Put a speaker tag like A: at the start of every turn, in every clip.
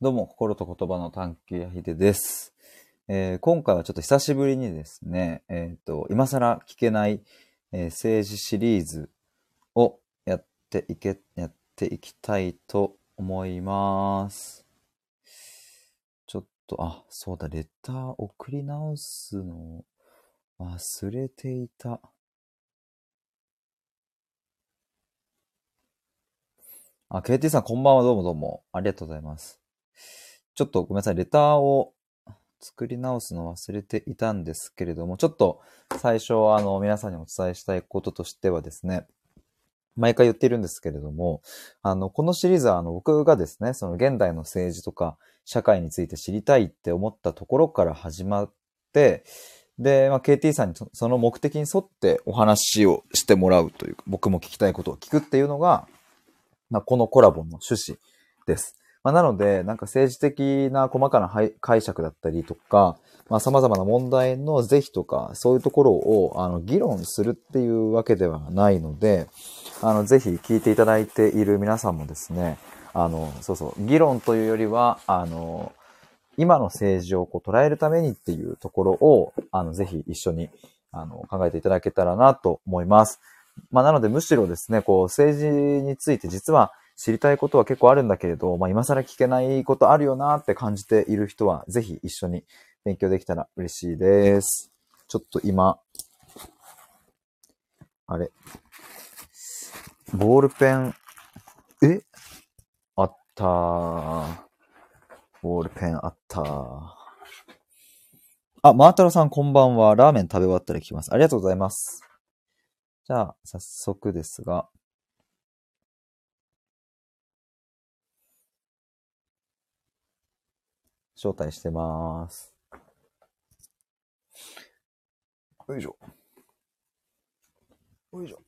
A: どうも、心と言葉の探求やひでです。えー今回はちょっと久しぶりにですね、えっ、と、今更聞けない、えー政治シリーズをやっていけ、やっていきたいと思います。ちょっと、あ、そうだ、レター送り直すの忘れていた。あ、KT さんこんばんは、どうもどうも。ありがとうございます。ちょっとごめんなさい、レターを作り直すの忘れていたんですけれども、ちょっと最初、あの、皆さんにお伝えしたいこととしてはですね、毎回言っているんですけれども、あの、このシリーズは、あの、僕がですね、その現代の政治とか社会について知りたいって思ったところから始まって、で、まあ、KT さんにそその目的に沿ってお話をしてもらうというか、僕も聞きたいことを聞くっていうのが、まあ、このコラボの趣旨です。まあ、なので、なんか政治的な細かなはい解釈だったりとか、まあ、様々な問題の是非とか、そういうところを、あの、議論するっていうわけではないので、あの、ぜひ聞いていただいている皆さんもですね、あの、そうそう、議論というよりは、あの、今の政治をこう捉えるためにっていうところを、あの、ぜひ一緒に、あの、考えていただけたらなと思います。まあ、なのでむしろですね、こう、政治について実は知りたいことは結構あるんだけれど、まあ、今更聞けないことあるよなって感じている人は、ぜひ一緒に勉強できたら嬉しいです。ちょっと今、あれ、ボールペン、えあったー。ボールペンあったー。あ、マータロさんこんばんは。ラーメン食べ終わったら聞きます。ありがとうございます。じゃあ、早速ですが。招待してます。よいしょ。よいしょ。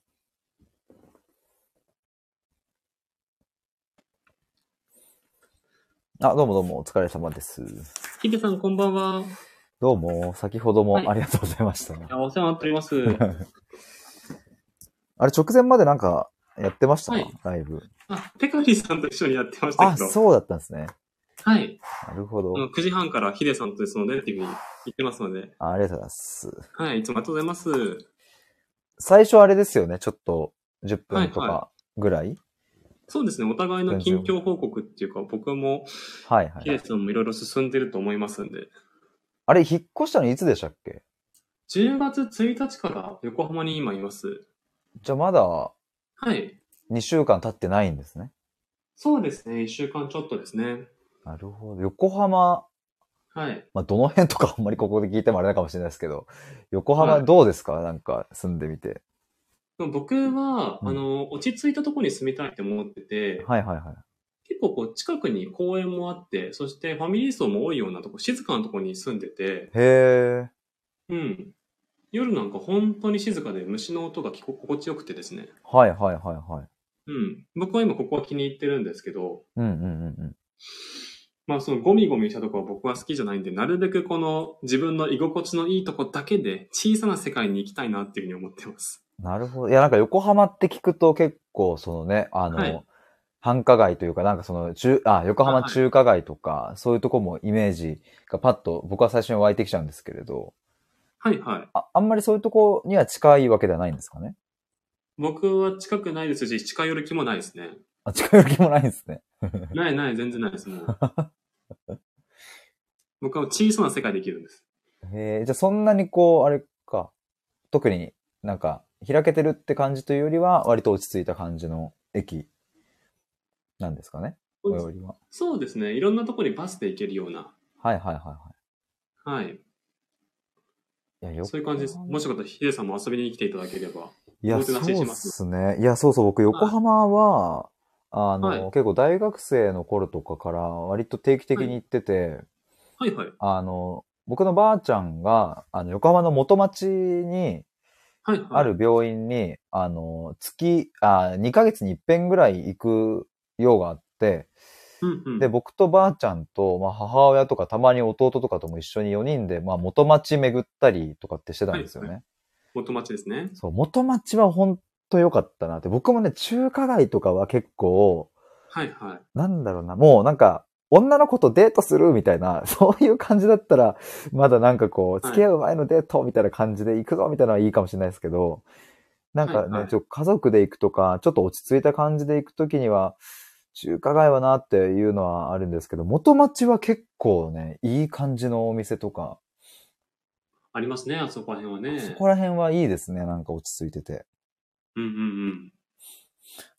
A: あ、どうもどうも、お疲れ様です。
B: ヒデさん、こんばんは。
A: どうも、先ほど
B: はい
A: もありがとうございました。
B: あお世話になっております。
A: あれ、直前までなんかやってましたか、
B: はい
A: ライブ。
B: あ、ペカリさんと一緒にやってました
A: あ、
B: けど。
A: そうだったんですね。
B: はい。
A: なるほど
B: あ。の9時半からヒデさんとそのネイティブに行ってますので。
A: あありがとうございます。
B: はい、いつもありがとうございます。
A: 最初あれですよね、ちょっと10分と
B: はい
A: かぐらい
B: そうですね、お互いの近況報告っていうか、僕も
A: はいは
B: ヒ
A: いは
B: デ
A: い。
B: さんもいろいろ進んでると思いますんで。
A: あれ、引っ越したのいつでしたっけ
B: 10月1日から横浜に今います。
A: じゃあまだ
B: はい。
A: 2週間経ってないんですね。
B: そうですね、1週間ちょっとですね。
A: なるほど。横浜、
B: はい。
A: まあ、どの辺とか あんまりここで聞いてもあれだかもしれないですけど、横浜
B: はい
A: どうですか、なんか住んでみて。
B: でも僕は、
A: うん
B: あの、落ち着いたところに住みたいって思ってて、
A: はいはいはい。
B: 結構こう近くに公園もあって、そしてファミリー層も多いようなとこ、静かなとこに住んでて、
A: へえ。
B: うん。夜なんか本当に静かで虫の音が聞こ心地よくてですね。
A: はいはいはいはい。
B: うん。僕は今ここは気に入ってるんですけど、
A: うんうんうんうん。
B: まあそのゴミゴミしたとこは僕は好きじゃないんで、なるべくこの自分の居心地のいいとこだけで小さな世界に行きたいなっていうふうに思ってます。
A: なるほど。いや、なんか横浜って聞くと結構そのね、あの、
B: はい
A: 繁華街というか、なんかその中、あ、横浜
B: はい
A: 中華街とか、そういうとこもイメージがパッと僕は最初に湧いてきちゃうんですけれど、
B: はいはい。
A: ああんまりそういうとこには近いわけではないんですかね
B: 僕は近くないですし、近寄る気もないですね。
A: あ、近寄る気もないんですね。
B: ないない、全然ないです、もう。僕は小さな世界で生きるんです。
A: へえ、じゃあそんなにこう、あれか、特になんか開けてるって感じというよりは、割と落ち着いた感じの駅なんですかね最寄りは。
B: そうですね。いろんなところにバスで行けるような。
A: はいはいはいは
B: はい。
A: い。いや
B: そういう感じです。
A: 横浜
B: もしよかったらヒデさんも遊びに来ていただければ。
A: いや、
B: おもて
A: そう
B: なしし
A: で
B: ます
A: すね。いや、そうそう、僕、横浜は、あの、
B: はい
A: 結構大学生の頃とかから、割と定期的に行ってて、
B: はいはい。
A: あの、僕のばあちゃんが、あの、横浜の元町に、
B: はいはい。
A: ある病院に、あの、月、あ、2ヶ月に一遍ぐらい行く用があって、
B: うんうん。
A: で、僕とばあちゃんと、まあ、母親とか、たまに弟とかとも一緒に4人で、まあ、元町巡ったりとかってしてたんですよね。
B: はい元町ですね。
A: そう、元町は本当良かったなって。僕もね、中華街とかは結構、
B: はいはい。
A: なんだろうな、もうなんか、女の子とデートするみたいな、 そういう感じだったら、まだなんかこう、付き合う前のデートみたいな感じで行くぞみたいなのはいいかもしれないですけど、なんかね、
B: はいはい
A: ちょっと家族で行くとか、ちょっと落ち着いた感じで行くときには、中華街はなっていうのはあるんですけど、元町は結構ね、いい感じのお店とか、
B: ありますね、あそこら辺はね。
A: そこら辺はいいですね、なんか落ち着いてて。
B: うんうんうん。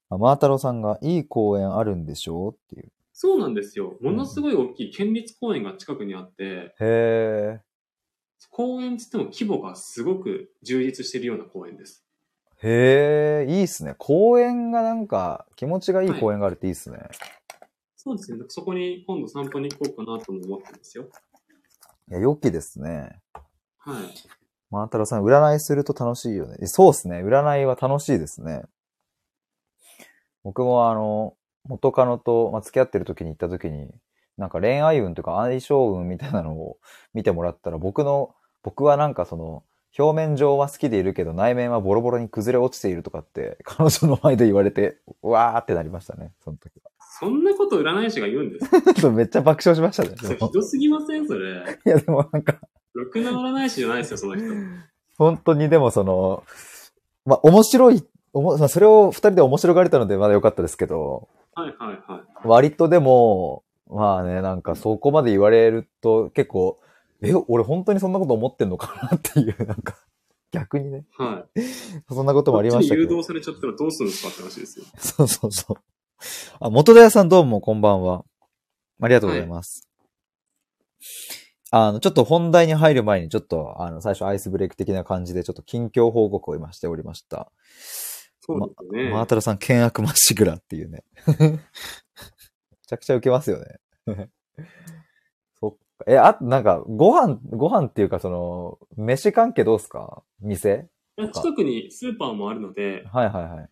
A: あマータロさんが、いい公園あるんでしょうっていう。
B: そうなんですよ。ものすごい大きい県立公園が近くにあって、
A: へ
B: 公園つっても規模がすごく充実しているような公園です。
A: ー。へー、いいっすね。公園がなんか、気持ちがいい公園があるっていいっすね。
B: そうですね。そこに今度散歩に行こうかなとも思ってますよ。
A: いや、良きですね。
B: はい。
A: 万太郎さん、占いすると楽しいよね。えそうですね。占いは楽しいですね。僕もあの、元カノと、まあ、付き合ってる時に行った時に、なんか恋愛運とか相性運みたいなのを 見てもらったら、僕の、僕はなんかその、表面上は好きでいるけど、内面はボロボロに崩れ落ちているとかって、彼女の前で言われて、うわーってなりましたね、その時
B: そんなこと占い師が言うん です
A: は。めっちゃ爆笑しましたね。
B: か
A: でも
B: ひどすぎませんそれ。
A: いや、でもなんか、
B: ろくな占い師じゃないですよ、その人。
A: 本当にでもその、まあ、面白い、おもまあそれを二人で面白がれたのでまだ良かったですけど、
B: はいはいはい。
A: 割とでも、まあね、なんかそこまで言われると結構、え、俺本当にそんなこと思ってんのかなっていう、なんか、逆にね、
B: はい。
A: そんなこともありました
B: こっ
A: け
B: ちに誘
A: ど。
B: 導されちゃったらどうするんですかって話ですよ。
A: そうそうそう。あ、元田屋さんどうもこんばんは。ありがとうございます。あの、ちょっと本題に入る前に、ちょっと、あの、最初アイスブレイク的な感じで、ちょっと近況報告を今しておりました。
B: そうですよね。
A: マータロさん、剣悪まっしぐらっていうね。 めちゃくちゃウケますよね。 そっか。え、あとなんか、ご飯、ご飯っていうか、その、飯関係どうすか店
B: いや近くにスーパーもあるので、
A: はいはいはい。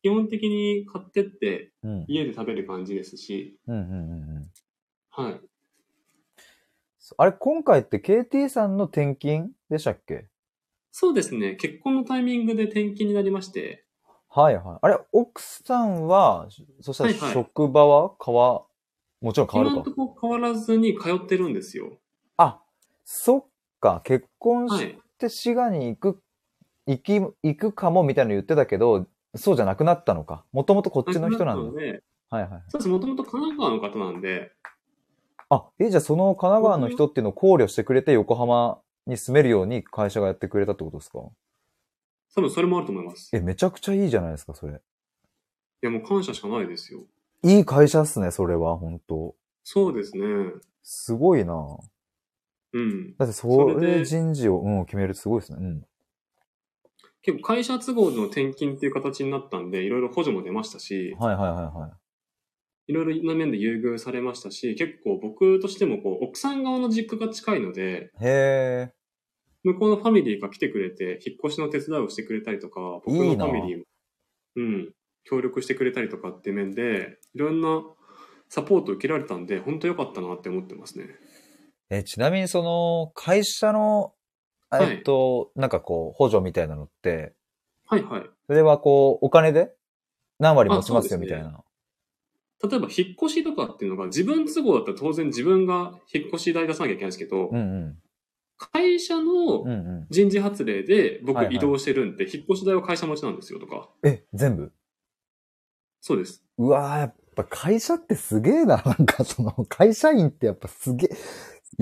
B: 基本的に買ってって
A: うん。うん
B: 家で食べる感じですし、
A: うんうんうん。
B: はい。
A: そあれ、今回って KT さんの転勤でしたっけ
B: そうですね。結婚のタイミングで転勤になりまして、
A: はいはい。あれ、奥さんは、そしたら
B: はいはい
A: 職場は変わ、もちろん変わ
B: 今
A: る
B: の
A: か
B: と。こ変わらずに通ってるんですよ。
A: あ、そっか。結婚し
B: は
A: て
B: い。
A: って滋賀に行く、行き、行くかもみたいなの言ってたけど、そうじゃなくなったのか。もともとこっちの人な
B: 亡
A: ん
B: く
A: だ。
B: ったので
A: はいはい。
B: そうです。もともと神奈川の方なんで、
A: あ、え、じゃあその神奈川の人っていうのを考慮してくれて横浜に住めるように会社がやってくれたってことですか
B: 多分それもあると思います。い
A: え、めちゃくちゃいいじゃないですか、それ。
B: や、もう感謝しかないですよ。
A: いい会社っすね、それは、本当
B: そうですね。
A: すごいな
B: うん。
A: だってそ
B: それ
A: れ
B: で
A: 人事を、うん、決めるってすごいですね。うん。
B: 結構会社都合の転勤っていう形になったんで、いろいろ補助も出ましたし、
A: はいはいはいはい。
B: いろいろな面で優遇されましたし、結構僕としてもこう、奥さん側の実家が近いので、
A: へ
B: 向こうのファミリーが来てくれて、引っ越しの手伝いをしてくれたりとか、僕のフ
A: いいな
B: ァミリーも、うん、協力してくれたりとかって面で、いろんなサポート受けられたんで、本当良かったなって思ってますね。
A: え。え、ちなみにその、会社の、
B: はい
A: えっと、なんかこう、補助みたいなのって、
B: はいはい。
A: それはこう、お金で何割持ちますよ
B: あそうですね
A: みたいな。
B: 例えば、引っ越しとかっていうのが、自分都合だったら当然自分が引っ越し代出さなきゃいけないんですけど、
A: うんうん。
B: 会社
A: うんう
B: の
A: ん。
B: 人事発令で
A: はい
B: 僕
A: はい
B: 移動してるんで、引っ越し代は会社持ちなんですよとか。
A: え、全部
B: そうです。
A: うわー、やっぱ会社ってすげえな。 なんかその、会社員ってやっぱすげえ、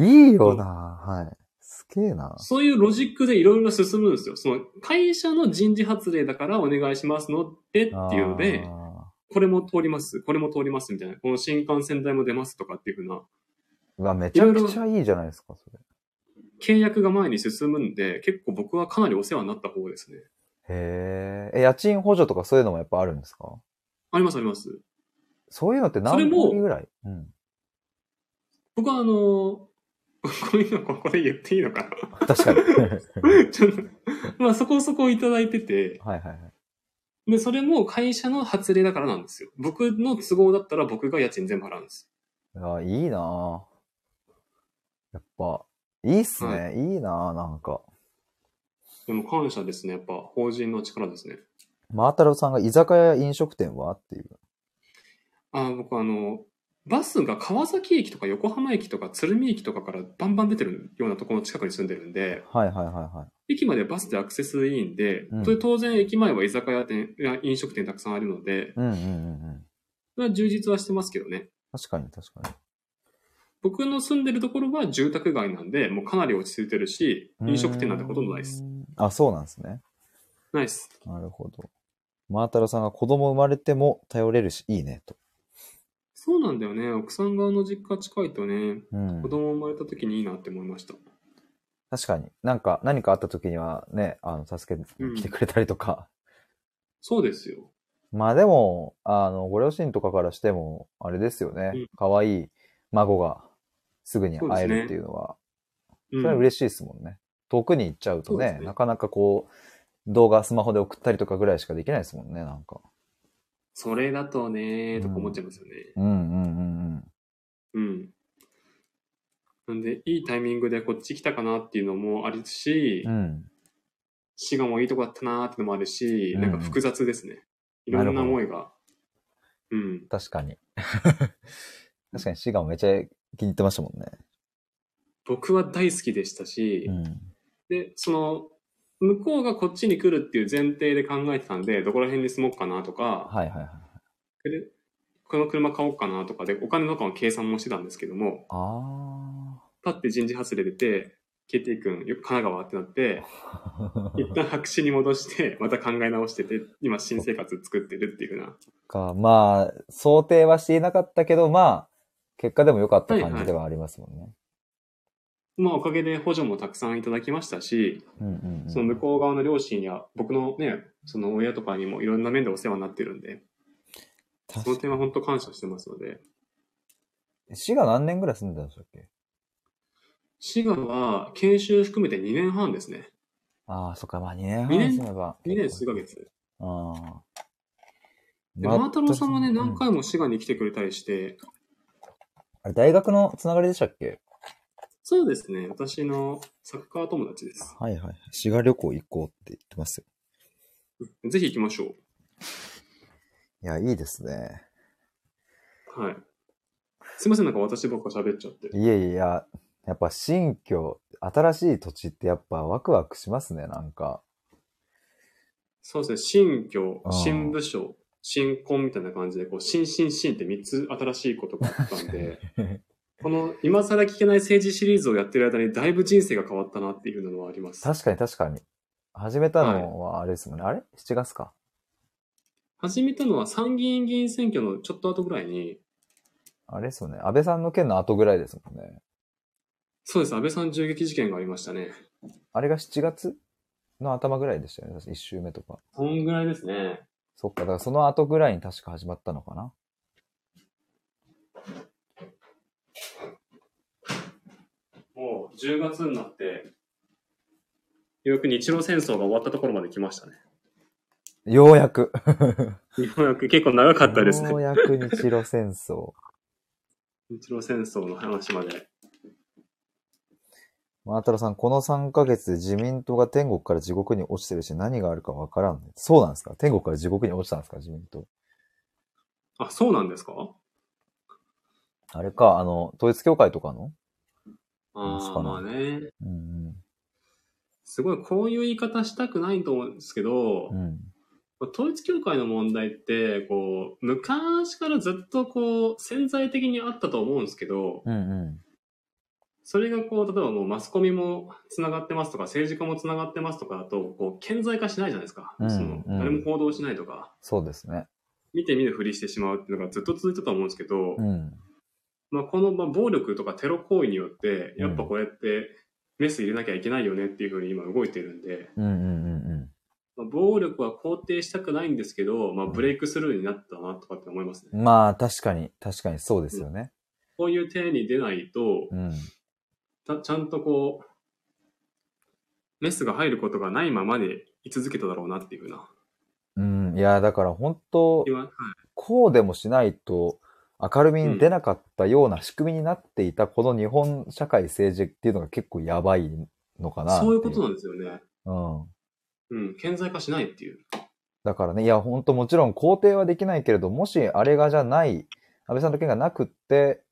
A: いいよな。はい。すげえな。
B: そういうロジックでいろいろ進むんですよ。その会社の人事発令だからお願いしますのでっていうので、
A: あ
B: これも通ります、これも通りますみたいな、この新幹線代も出ますとかっていうふうな、
A: ーうわ、めちゃくちゃいいじゃないですか、それ。
B: 契約が前に進むんで、結構僕はかなりお世話になった方ですね。
A: へえ。え、家賃補助とかそういうのもやっぱあるんですか
B: ありますあります。
A: そういうのって
B: それ
A: 何
B: も
A: 割ぐらいうん。
B: 僕はあのー こういうのここで言っていいのか
A: 確 かに。はい
B: なちょっとまあそこそこいただいてて、
A: はいはい。
B: で、それも会社の発令だからなんですよ。僕の都合だったら僕が家賃全部払うんです。
A: あいいなやっぱ、いいっすね。、
B: はい
A: いななんか。
B: でも感謝ですね。やっぱ法人の力ですね。
A: マータロウさんが居酒屋や飲食店はっていう。
B: あー僕あの、バスが川崎駅とか横浜駅とか鶴見駅とかからバンバン出てるようなところの近くに住んでるんで、
A: はいはいはいはい。
B: 駅までバスでアクセスいいんで、
A: うん
B: それ当然駅前は居酒屋店、いや飲食店たくさんあるので、
A: うんうんうんうん。
B: それは充実はしてますけどね。
A: 確かに確か
B: 僕の住んでるところは住宅街なんで、もうかなり落ち着いてるし、
A: に。
B: 飲食店なんてほとんどないです。
A: うーん。あ、そうなんですね。
B: ないです。
A: なるほど。マータロさんが子供生まれても頼れるし、いいね、と。
B: そうなんだよね。奥さん側の実家近いとね、
A: うん
B: 子。供生まれた時にいいなって思いました。
A: 確かに。なんか、何かあった時にはね、あの、助け
B: うん
A: に来てくれたりとか。
B: そうですよ。
A: まあでも、あの、ご両親とかからしても、あれですよ
B: う
A: ね
B: ん。
A: 可愛、い孫がすぐに会えるっていうのは、
B: う
A: そ
B: ん
A: れは嬉しいですもんね。遠くに行っちゃうと
B: そうで
A: ね
B: すね
A: なかなかこう、動画スマホで送ったりとかぐらいしかできないですもんね、なんか。
B: それだとね、とか思っちゃいますよね。
A: うんうんうんうん。
B: うん。なんで、いいタイミングでこっち来たかなっていうのもあるし、
A: うん。
B: 滋賀もいいとこだったなーってのもあるし、
A: うん
B: なんか複雑ですね。い
A: なる
B: ろん
A: ほど
B: な思いが。うん。
A: 確か に。確かに滋賀もめちゃ気に入ってましたもんね。
B: 僕は大好きでしたし、
A: うん。
B: で、その、向こうがこっちに来るっていう前提で考えてたんで、どこら辺に住もうかなとか、
A: はいはいはい。
B: でこの車買おうかなとかで、お金とかの計算もしてたんですけども、
A: あ
B: パッて人事外れ出て、KT 君、よく神奈川ってな って、
A: あ。
B: 一旦白紙に戻して、また考え直してて、今新生活作ってるっていうふうな。
A: か、まあ、想定はしていなかったけど、まあ、結果でも良かった感じではありますもんね。
B: まあおかげで補助もたくさんいただきましたし、
A: うんうんうん。
B: その向こう側の両親や僕のね、その親とかにもいろんな面でお世話になってるんで、
A: 確
B: そ
A: か
B: の点は本当感謝してますので、
A: 滋賀何年ぐらい住んでたんでしたっけ
B: 滋賀は研修含めて2年半ですね。
A: ああ、そっか、まあ2年
B: 二
A: 半
B: 年
A: 住めば。
B: 2年数ヶ月。
A: ああ。
B: で、マータロウさんはね、
A: 全く
B: 何回も滋賀に来てくれたりして、
A: あれ、大学のつながりでしたっけ
B: そうですね、私のサッカー友達です。
A: はいはい。滋賀旅行行こうって言ってますよ。
B: ぜひ行きましょ
A: いや、いいですね。
B: う。はい。すいません、なんか私ばっか喋っちゃって。
A: いやいや、やっぱ新居、新しい土地ってやっぱワクワクしますね、なんか。
B: そうですね、新居
A: あ、ー
B: 新部署、新婚みたいな感じで、こう、新新新って3つ新しいことがあった んで、この今更聞けない政治シリーズをやってる間にだいぶ人生が変わったなっていうのはあります。
A: 確かに確かに。始めたのはあれですもんね。あれ ?7 月か。
B: 始めたのは参議院議員選挙のちょっと後ぐらいに、
A: あれですよね。安倍さんの件の後ぐらいですもんね。
B: そうです、安倍さん銃撃事件がありましたね。
A: あれが7月の頭ぐらいでしたよね。1週目とか。
B: そんぐらいですね。
A: そっか。だからその後ぐらいに確か始まったのかな。
B: もう10月になって、ようやく日露戦争が終わったところまで来ましたね。
A: ようやく。
B: ようやく結構長かったですね
A: よう。やく日露戦争。
B: 日露戦争の話まで。
A: マータロさん、この3ヶ月で自民党が天国から地獄に落ちてるし、何があるかわからん、ね。そうなんですか天国から地獄に落ちたんですか自民党。
B: あ、そうなんですか
A: あれか、あの、統一教会とかの
B: あ
A: そう
B: あ、
A: かな
B: まあね。
A: うん
B: すごい、こういう言い方したくないと思うんですけど、
A: うん。うん。
B: 統一教会の問題って、こう、昔からずっとこう、潜在的にあったと思うんですけど、
A: うんうん。
B: それがこう、例えばもうマスコミも繋がってますとか、政治家も繋がってますとかだと、こう、顕在化しないじゃないですか。
A: うん
B: その、
A: うん
B: 誰も行動しないとか、
A: そうですね。
B: 見て見ぬふりしてしまうっていうのがずっと続いてたと思うんですけど、
A: うん。
B: まあ、この、まあ、暴力とかテロ行為によって、やっぱこれって、メス入れなきゃいけないよねっていうふうに今動いてるんで、
A: うんうんうんうん。
B: まあ、暴力は肯定したくないんですけど、まあ、ブレイクスルーになったなとかって思いますね。
A: まあ、確かに、確かにそうですよね。
B: こういう手に出ないと
A: う、ん。
B: たちゃんとこう、メスが入ることがないままで居続けただろうなっていうふうな。
A: うん。いや、だから本当、
B: 今はい
A: こうでもしないと明るみに出なかったような仕組みになっていたこの日本社会政治っていうのが結構やばいのかなって
B: そういうこと
A: う
B: なんですよね。
A: うん。
B: うん、顕在化しないっていう。
A: だからね、いや、ほんともちろん肯定はできないけれど、もしあれがじゃない、安倍さんの件がなくって、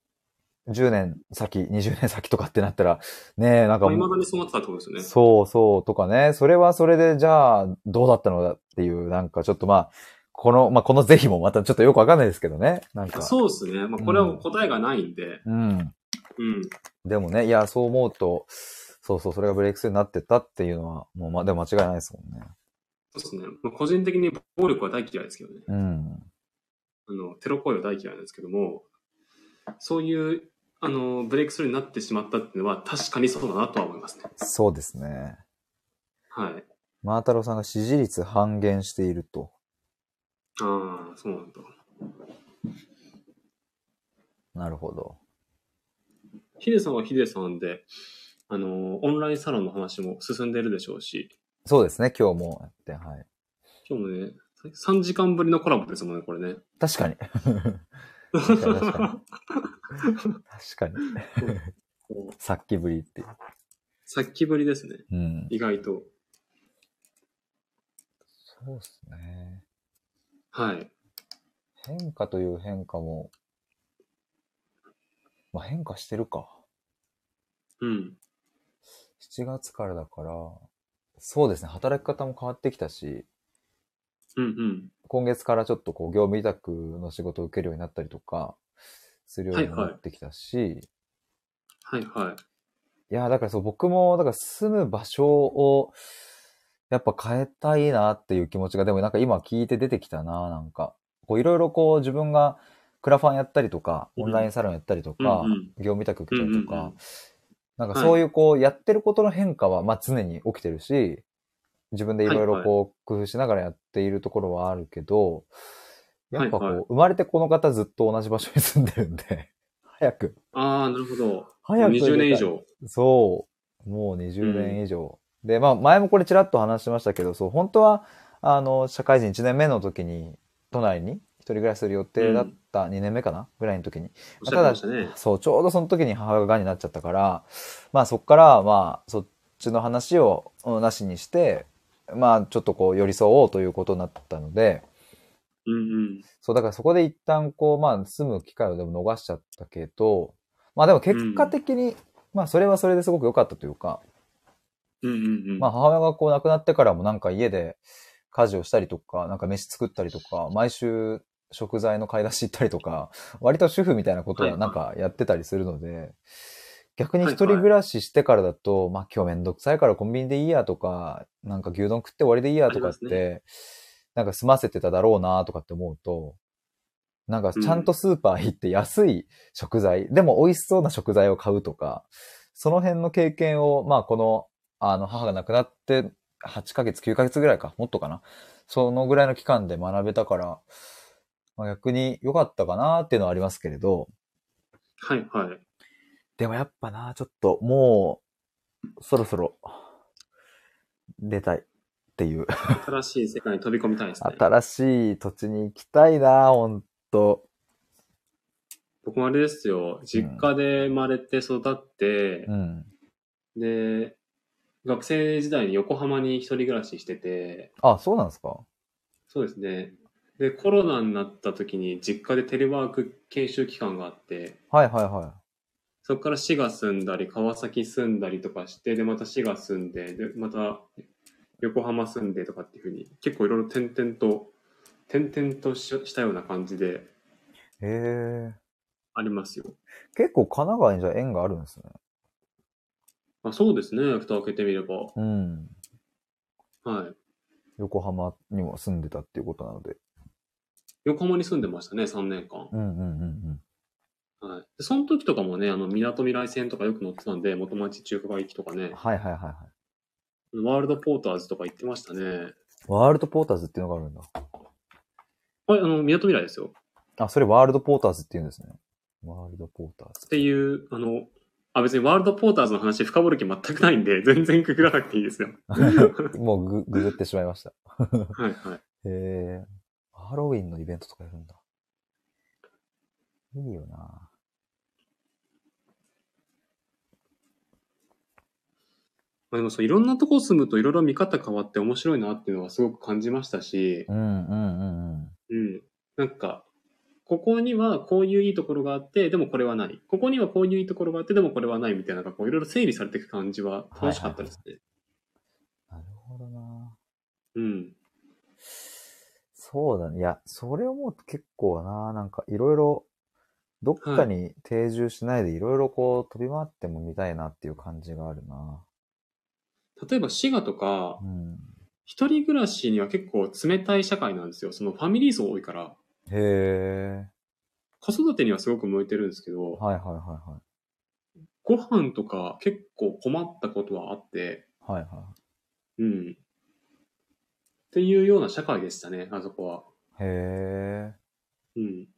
A: 10年先、20年先とかってなったら、ねえ、なんか
B: まあ、
A: もう
B: 未だにそうなってたってことですよね。
A: そうそうとかね、それはそれで、じゃあ、どうだったのだっていう、なんかちょっとまあ、この、まあ、この是非もまたちょっとよくわかんないですけどね、なんか。
B: そうですね。まあ、これは答えがないんで、
A: うん。
B: うん。
A: でもね、いや、そう思うと、そうそう、それがブレイクスルーになってったっていうのは、もうまあ、でも間違いないですもんね。
B: そうですね。まあ、個人的に暴力は大嫌いですけどね。
A: うん。
B: あの、テロ行為は大嫌いなんですけども、そういう、あの、ブレイクスルーになってしまったっていうのは確かにそうだなとは思いますね。
A: そうですね。
B: はい。
A: マータロウさんが支持率半減していると。
B: ああ、そうなんだ。
A: なるほど。
B: ヒデさんはヒデさんで、あの、オンラインサロンの話も進んでるでしょうし、
A: そうですね、今日もやって、はい。
B: 今日もね、3時間ぶりのコラボですもんね、これね。
A: 確かに。確かに確かに。確 かに。 さっきぶりっていう。
B: さっきぶりですね、
A: うん。
B: 意外と。
A: そうですね。
B: はい。
A: 変化という変化も、まあ変化してるか。
B: うん。
A: 7月からだから、そうですね、働き方も変わってきたし、
B: うんうん。
A: 今月からちょっとこう業務委託の仕事を受けるようになったりとか、するようになってきたし、い
B: はいはい。
A: や、だからそう、僕も、だから住む場所を、やっぱ変えたいなっていう気持ちが、でもなんか今聞いて出てきたな、なんか。こういろいろこう自分がクラファンやったりとか、
B: うん
A: オンラインサロンやったりと
B: うん
A: か、
B: うん。
A: 業務委託受けたりと
B: うんうんう
A: か
B: ん、
A: なんかそういうこう、やってることの変化は、まあ常に起きてるし、自分でいろいろこう、工夫しながらやっているところはあるけど、やっぱこ
B: はいは
A: う、生まれてこの方ずっと同じ場所に住んでるんで、早く、
B: ああ、なるほど。
A: 早く。
B: 20年以。上。
A: そう。もう20年以上。で、まあ前もこれちらっと話しましたけど、そう、本当は、あの、社会人1年目の時に、都内に一人暮らしする予定だった、2年目かなぐらいの時に、
B: おっしゃってましたね。
A: そう、ちょうどその時に母親が癌になっちゃったから、まあそっから、まあそっちの話をうんなしにして、まあちょっとこう寄り添おうということになったので、
B: うんうん。
A: そう、だからそこで一旦こう、まあ住む機会をでも逃しちゃったけど、まあでも結果的に、まあそれはそれですごく良かったというか、
B: うんうんうん。
A: まあ母親がこう亡くなってからもなんか家で家事をしたりとか、なんか飯作ったりとか、毎週食材の買い出し行ったりとか、 割と主婦みたいなことはなんかやってたりするので、逆に一人暮らししてからだと、まあ今日めんどくさいからコンビニでいいやとか、なんか牛丼食って終わりでいいやとかっ
B: あ
A: て、
B: り
A: なんか済ませてただろうなとかって思うと、なんかちゃんとスーパー行って安い食材、でも美味しそうな食材を買うとか、その辺の経験を、まあこの、あの、母が亡くなって8ヶ月、9ヶ月ぐらいか、もっとかな。そのぐらいの期間で学べたから、まあ、逆に良かったかなっていうのはありますけれど、
B: はいはい。
A: でもやっぱな、ちょっともう、そろそろ、出たいっていう、
B: 新しい世界に飛び込みたいですね。
A: 新しい土地に行きたいな、ほんと。
B: 僕もあれですよ。実家で生まれて育って
A: う、ん。
B: で、学生時代に横浜に一人暮らししてて、
A: あ、そうなんですか
B: そうですね。で、コロナになった時に実家でテレワーク研修期間があって、
A: はいはいは
B: そこから滋賀住んだり、川崎住んだりとかして、で、また滋賀住んで、で、また横浜住んでとかっていうふうに、結構いろいろ点々と、点々とししたような感じで
A: い。へえ。
B: ありますよ。
A: 結構神奈川にじゃあ縁があるんですね。
B: まあ、そうですね、蓋を開けてみれば。
A: うん。
B: はい。
A: 横浜にも住んでたっていうことなので。
B: 横浜に住んでましたね、3年間。
A: うんうんうんうん。
B: はい。でその時とかもね、あの、港未来線とかよく乗ってたんで、元町中華街行きとかね、
A: はいはいはいはい。
B: ワールドポーターズとか行ってましたね。
A: ワールドポーターズっていうのがあるんだ。
B: はい、あの、港未来ですよ。
A: あ、それワールドポーターズっていうんですね。ワールドポーターズ。
B: っていう、あの、あ、別にワールドポーターズの話深掘る気全くないんで、 全然くぐらなくてい いですよ。
A: もうグググってしまいました。
B: はいはい。
A: へえ。ハロウィンのイベントとかやるんだ。いいよな。
B: まあ、でもそう、いろんなとこ住むといろいろ見方変わって面白いなっていうのはすごく感じましたし、
A: うんうんうんうん。
B: うん。なんか、ここにはこういういいところがあって、でもこれはない。ここにはこういういいところがあって、でもこれはないみたいな、なんかこういろいろ整理されていく感じは楽しかったですね。
A: なるほどな。
B: うん。
A: そうだね。いや、それ思うと結構な、なんかいろいろ、どっかに定住しないでいろいろこう飛び回っても見たいなっていう感じがあるな。
B: 例えば滋賀とか
A: う、ん。
B: 一人暮らしには結構冷たい社会なんですよ。そのファミリー層多いから、
A: へえ。
B: 子育てにはすごく向いてるんですけど、
A: はいはいはいはい。
B: ご飯とか結構困ったことはあって、
A: はいは
B: うん。っていうような社会でしたね、あそこは。
A: い。へえ。
B: うん。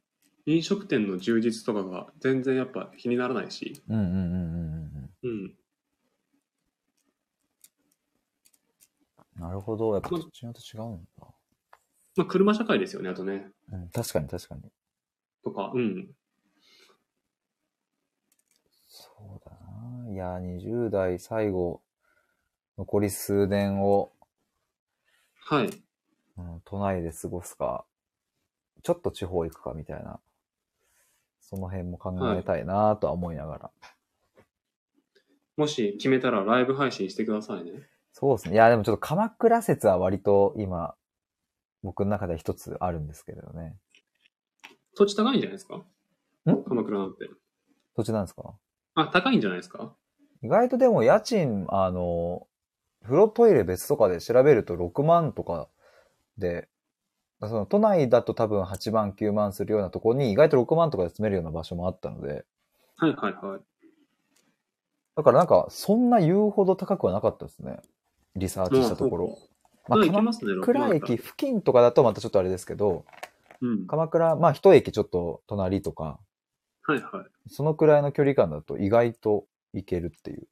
B: 飲食店の充実とかが全然やっぱ気にならないし、
A: うんうんうんうんうんうん。
B: うん。
A: なるほど。やっぱ土地によって違うんだ。
B: まあ、車社会ですよね、あとね。
A: うん、確かに確かに。
B: とか、うん。
A: そうだな。いや、20代最後、残り数年を、
B: はい。
A: うん、都内で過ごすか、ちょっと地方行くかみたいな、その辺も考えたいなとは思いながら。
B: もし決めたらライブ配信してくださいね。
A: そうですね。いや、でもちょっと鎌倉説は割と今、僕の中では一つあるんですけれどね。
B: 土地高いんじゃないですか鎌倉なんて。
A: 土地なんですか
B: あ、高いんじゃないですか
A: 意外とでも家賃、あの、風呂トイレ別とかで調べると6万とかで、その都内だと多分8万9万するようなとこに意外と6万とかで住めるような場所もあったので、
B: はいはいはい。
A: だからなんかそんな言うほど高くはなかったですね。リサーチしたところ。ま
B: ま
A: あ、
B: あ、行け
A: 鎌
B: ますね、六
A: 倉
B: 万だった
A: 駅付近とかだとまたちょっとあれですけど、
B: うん。
A: 鎌倉、まあ一駅ちょっと隣とか、
B: はいはい。
A: そのくらいの距離感だと意外といけるっていう。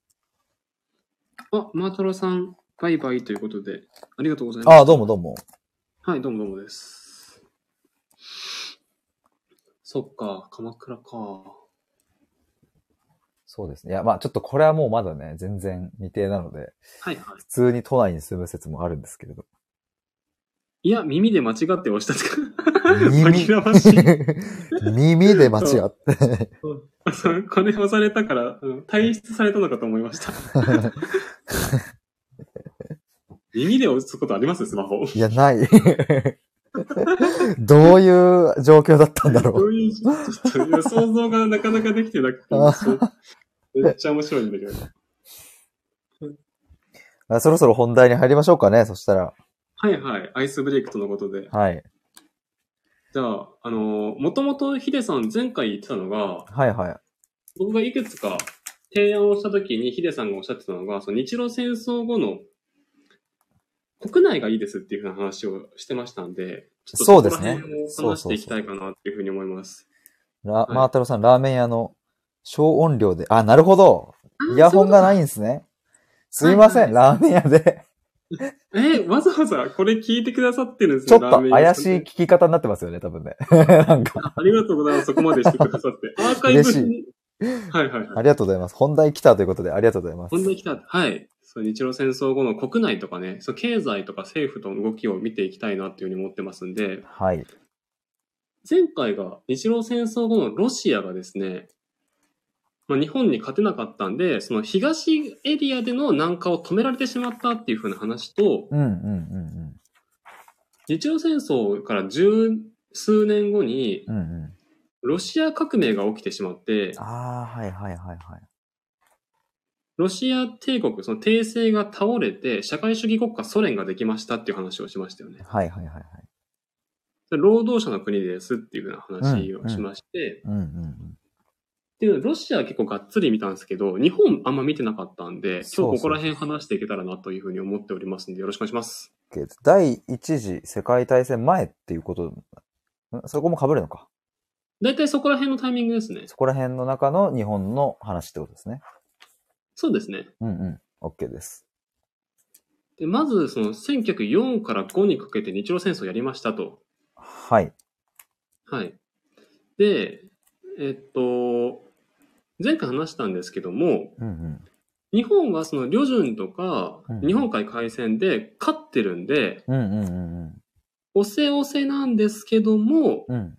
B: あ、マートロさん、バイバイということで、ありがとうございます。
A: ああ、どうもどうも。
B: はい、どうもどうもです。そっか、鎌倉か。
A: そうですね。いや、まあちょっとこれはもうまだね、全然未定なので、
B: はいはい。
A: 普通に都内に住む説もあるんですけれ ど。
B: いや、耳で間違って押したとか。
A: 耳
B: 紛らわしい。
A: 耳で間違って。
B: そう金をされたから、うん退出されたのかと思いました。耳で押すことありますスマホ。
A: いや、ない。 どういう状況だったんだろ。
B: そうういう、ちょっといや想像がなかなかできてなくて、そうめっちゃ面白いんだけど。
A: あそろそろ本題に入りましょうかね、そしたら。
B: はいはい、アイスブレイクとのことで。
A: はい。
B: じゃあ、あのー、もともとヒデさん前回言ってたのが、
A: はいはい。
B: 僕がいくつか提案をした時にヒデさんがおっしゃってたのが、その日露戦争後の国内がいいですっていうふうな話をしてましたんで、ちょっと
A: そうです
B: こ
A: ね
B: ら辺を話していきたいかなっていうふうに思います。
A: ラ
B: い
A: マータロさん、ラーメン屋の小音量で。あ、なるほど。イヤホンがない
B: い
A: んですね。すいません、ラーメン屋 で。
B: え、わざわざこれ聞いてくださってるんです
A: ちょ
B: ね
A: っと怪しい聞。き方になってますよね、多 分ね。なんか、
B: ありがとうございます。そこまでしてくださ って。アーカイブに。はいはいはい。
A: ありがとうございます。本題来たということで、ありがとうございます。
B: 本題来た。はい。そう日露戦争後の国内とかね、そう経済とか政府との動きを見ていきたいなっていうふうに思ってますんで、
A: はい。
B: 前回が日露戦争後のロシアがですね、まあ、日本に勝てなかったんで、その東エリアでの南下を止められてしまったっていうふうな話と、
A: うん、うん、うん、
B: 日露戦争から十数年後に
A: うん。うん、うん。
B: ロシア革命が起きてしまって、
A: ああ、はいはいはいはい。
B: ロシア帝国、その帝政が倒れて、社会主義国家ソ連ができましたっていう話をしましたよね。
A: はいはいはいはい。
B: で労働者の国ですっていうふうな話をしまして、
A: うんうんうん。
B: っていうのはロシアは結構がっつり見たんですけど、日本あんま見てなかったんで、
A: そうそう
B: 今日ここら辺話していけたらなというふうに思っておりますんで、よろしくお願いします。
A: けど第一次世界大戦前っていうこと、んそこも被るのか。
B: 大体そこら辺のタイミングですね。
A: そこら辺の中の日本の話ってことですね。
B: そうですね。
A: うんうん。OK です。
B: でまず、その1904から5にかけて日露戦争やりましたと。
A: はい。
B: はい。で、えっと、前回話したんですけども、
A: うんうん。
B: 日本はその旅順とか
A: うん、
B: 日本海海戦で勝ってるんで、
A: うんうんうん
B: 押せ押せなんですけども、
A: うん。うん。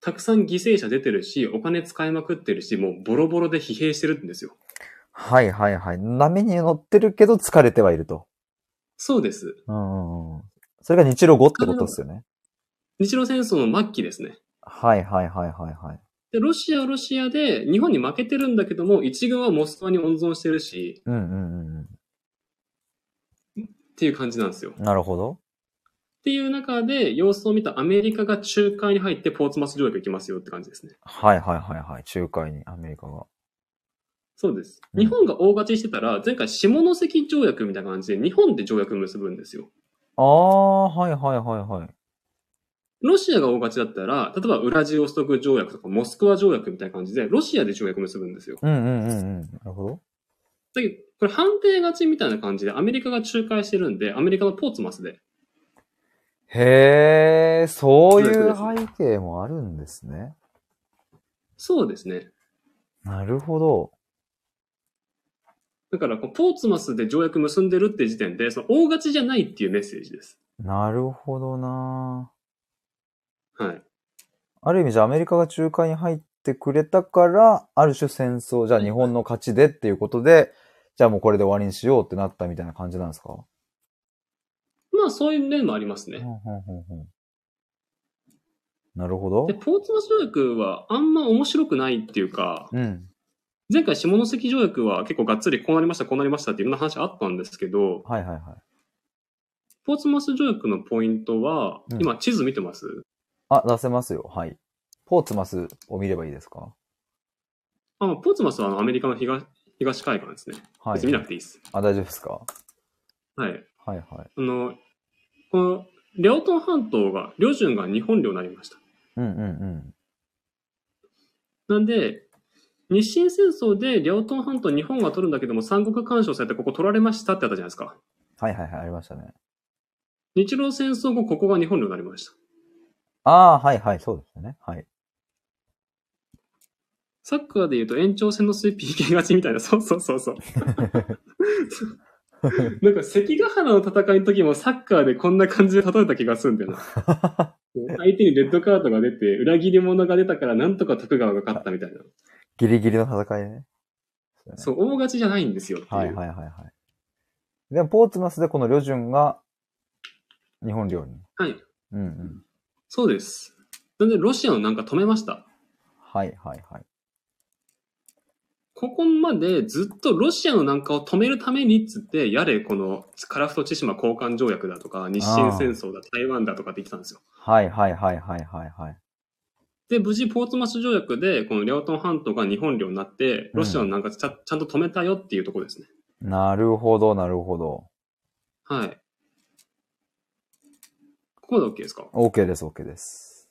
B: たくさん犠牲者出てるし、お金使いまくってるし、もうボロボロで疲弊してるんですよ。
A: はいはいはい。波に乗ってるけど疲れてはいると。
B: そうです。
A: うんうんうん。それが日露後ってことですよね。
B: 日露戦争の末期ですね。
A: はいはいはいはいはい。
B: で、ロシアはロシアで、日本に負けてるんだけども、一軍はモスクワに温存してるし、
A: うんうんうんう
B: っていう感じなんですよ。っ
A: ん。なるほど。
B: ていう中で、様子を見たアメリカが仲介に入って、ポーツマス条約行きますよって感じですね。
A: はいはいはいはい。仲介にアメリカが。
B: そうです。
A: うん
B: 日本が大勝ちしてたら、前回下関条約みたいな感じで、日本で条約結ぶんですよ。
A: ああ、はいはいはいはい。
B: ロシアが大勝ちだったら、例えばウラジオストク条約とかモスクワ条約みたいな感じで、ロシアで条約結ぶんですよ。
A: うんうんうんうん。なるほど。
B: だけど、これ判定勝ちみたいな感じで、アメリカが仲介してるんで、アメリカのポーツマスで。
A: へえ、そういう背景もあるんですね。
B: そうですね。
A: なるほど。
B: だから、こうポーツマスで条約結んでるって時点で、その大勝ちじゃないっていうメッセージです。
A: なるほどな
B: はい。
A: ある意味じゃあアメリカが仲介に入ってくれたから、ある種戦争、じゃあ日本の勝ちでっていうことで、じゃあもうこれで終わりにしようってなったみたいな感じなんですか
B: まあ、そういう面もあります
A: う
B: ね
A: んう。んうんうんなるほど
B: で、。ポーツマス条約はあんま面白くないっていうか、
A: うん。
B: 前回下関条約は結構がっつりこうなりました、こうなりましたっていろんな話あったんですけど、
A: はいはいはい。
B: ポーツマス条約のポイントは、
A: うん
B: 今地図見てます
A: あ、出せますよ。はい。ポーツマスを見ればいいですか
B: あ、まあポーツマスはあのアメリカの東東海岸ですね。
A: は。
B: 別に見ないくていいです。
A: あ、大丈夫ですか
B: はい。
A: はいはい。
B: あの、この、レオトン半島が、領順が日本領になりました。
A: うんうんうん。
B: なんで、日清戦争でレオトン半島日本が取るんだけども、三国干渉されてここ取られましたってあったじゃないですか。
A: はいはいはい、ありましたね。
B: 日露戦争後、ここが日本領になりました。
A: ああ、はいはい、そうですよね。はい。
B: サッカーで言うと延長戦の末 PK 勝ちみたいな、そうそうそうそう。なんか関ヶ原の戦いの時もサッカーでこんな感じで例えた気がするんだよな。相手にレッドカードが出て、裏切り者が出たからなんとか徳川が勝ったみたいな。
A: ギリギリの戦いね。
B: そう、大勝ちじゃないんですよっていう。
A: はいはいはいはい。でも、ポーツマスでこの旅順が日本領に。
B: はい。
A: うんうん。
B: そうです。なんでロシアのなんか止めました。
A: はいはいはい。
B: ここまでずっとロシアのなんかを止めるためにっつって、やれこの樺太千島交換条約だとか、日清戦争だ、台湾だとかって言ってたんですよ。
A: はいはいはいはいはいはい。
B: で、無事ポーツマス条約で、この両トン半島が日本領になって、ロシアのなんかちゃ,、ちゃんと止めたよっていうところですね。
A: なるほど、なるほど。
B: はい。ここまで OK ですか
A: OK です、OK です。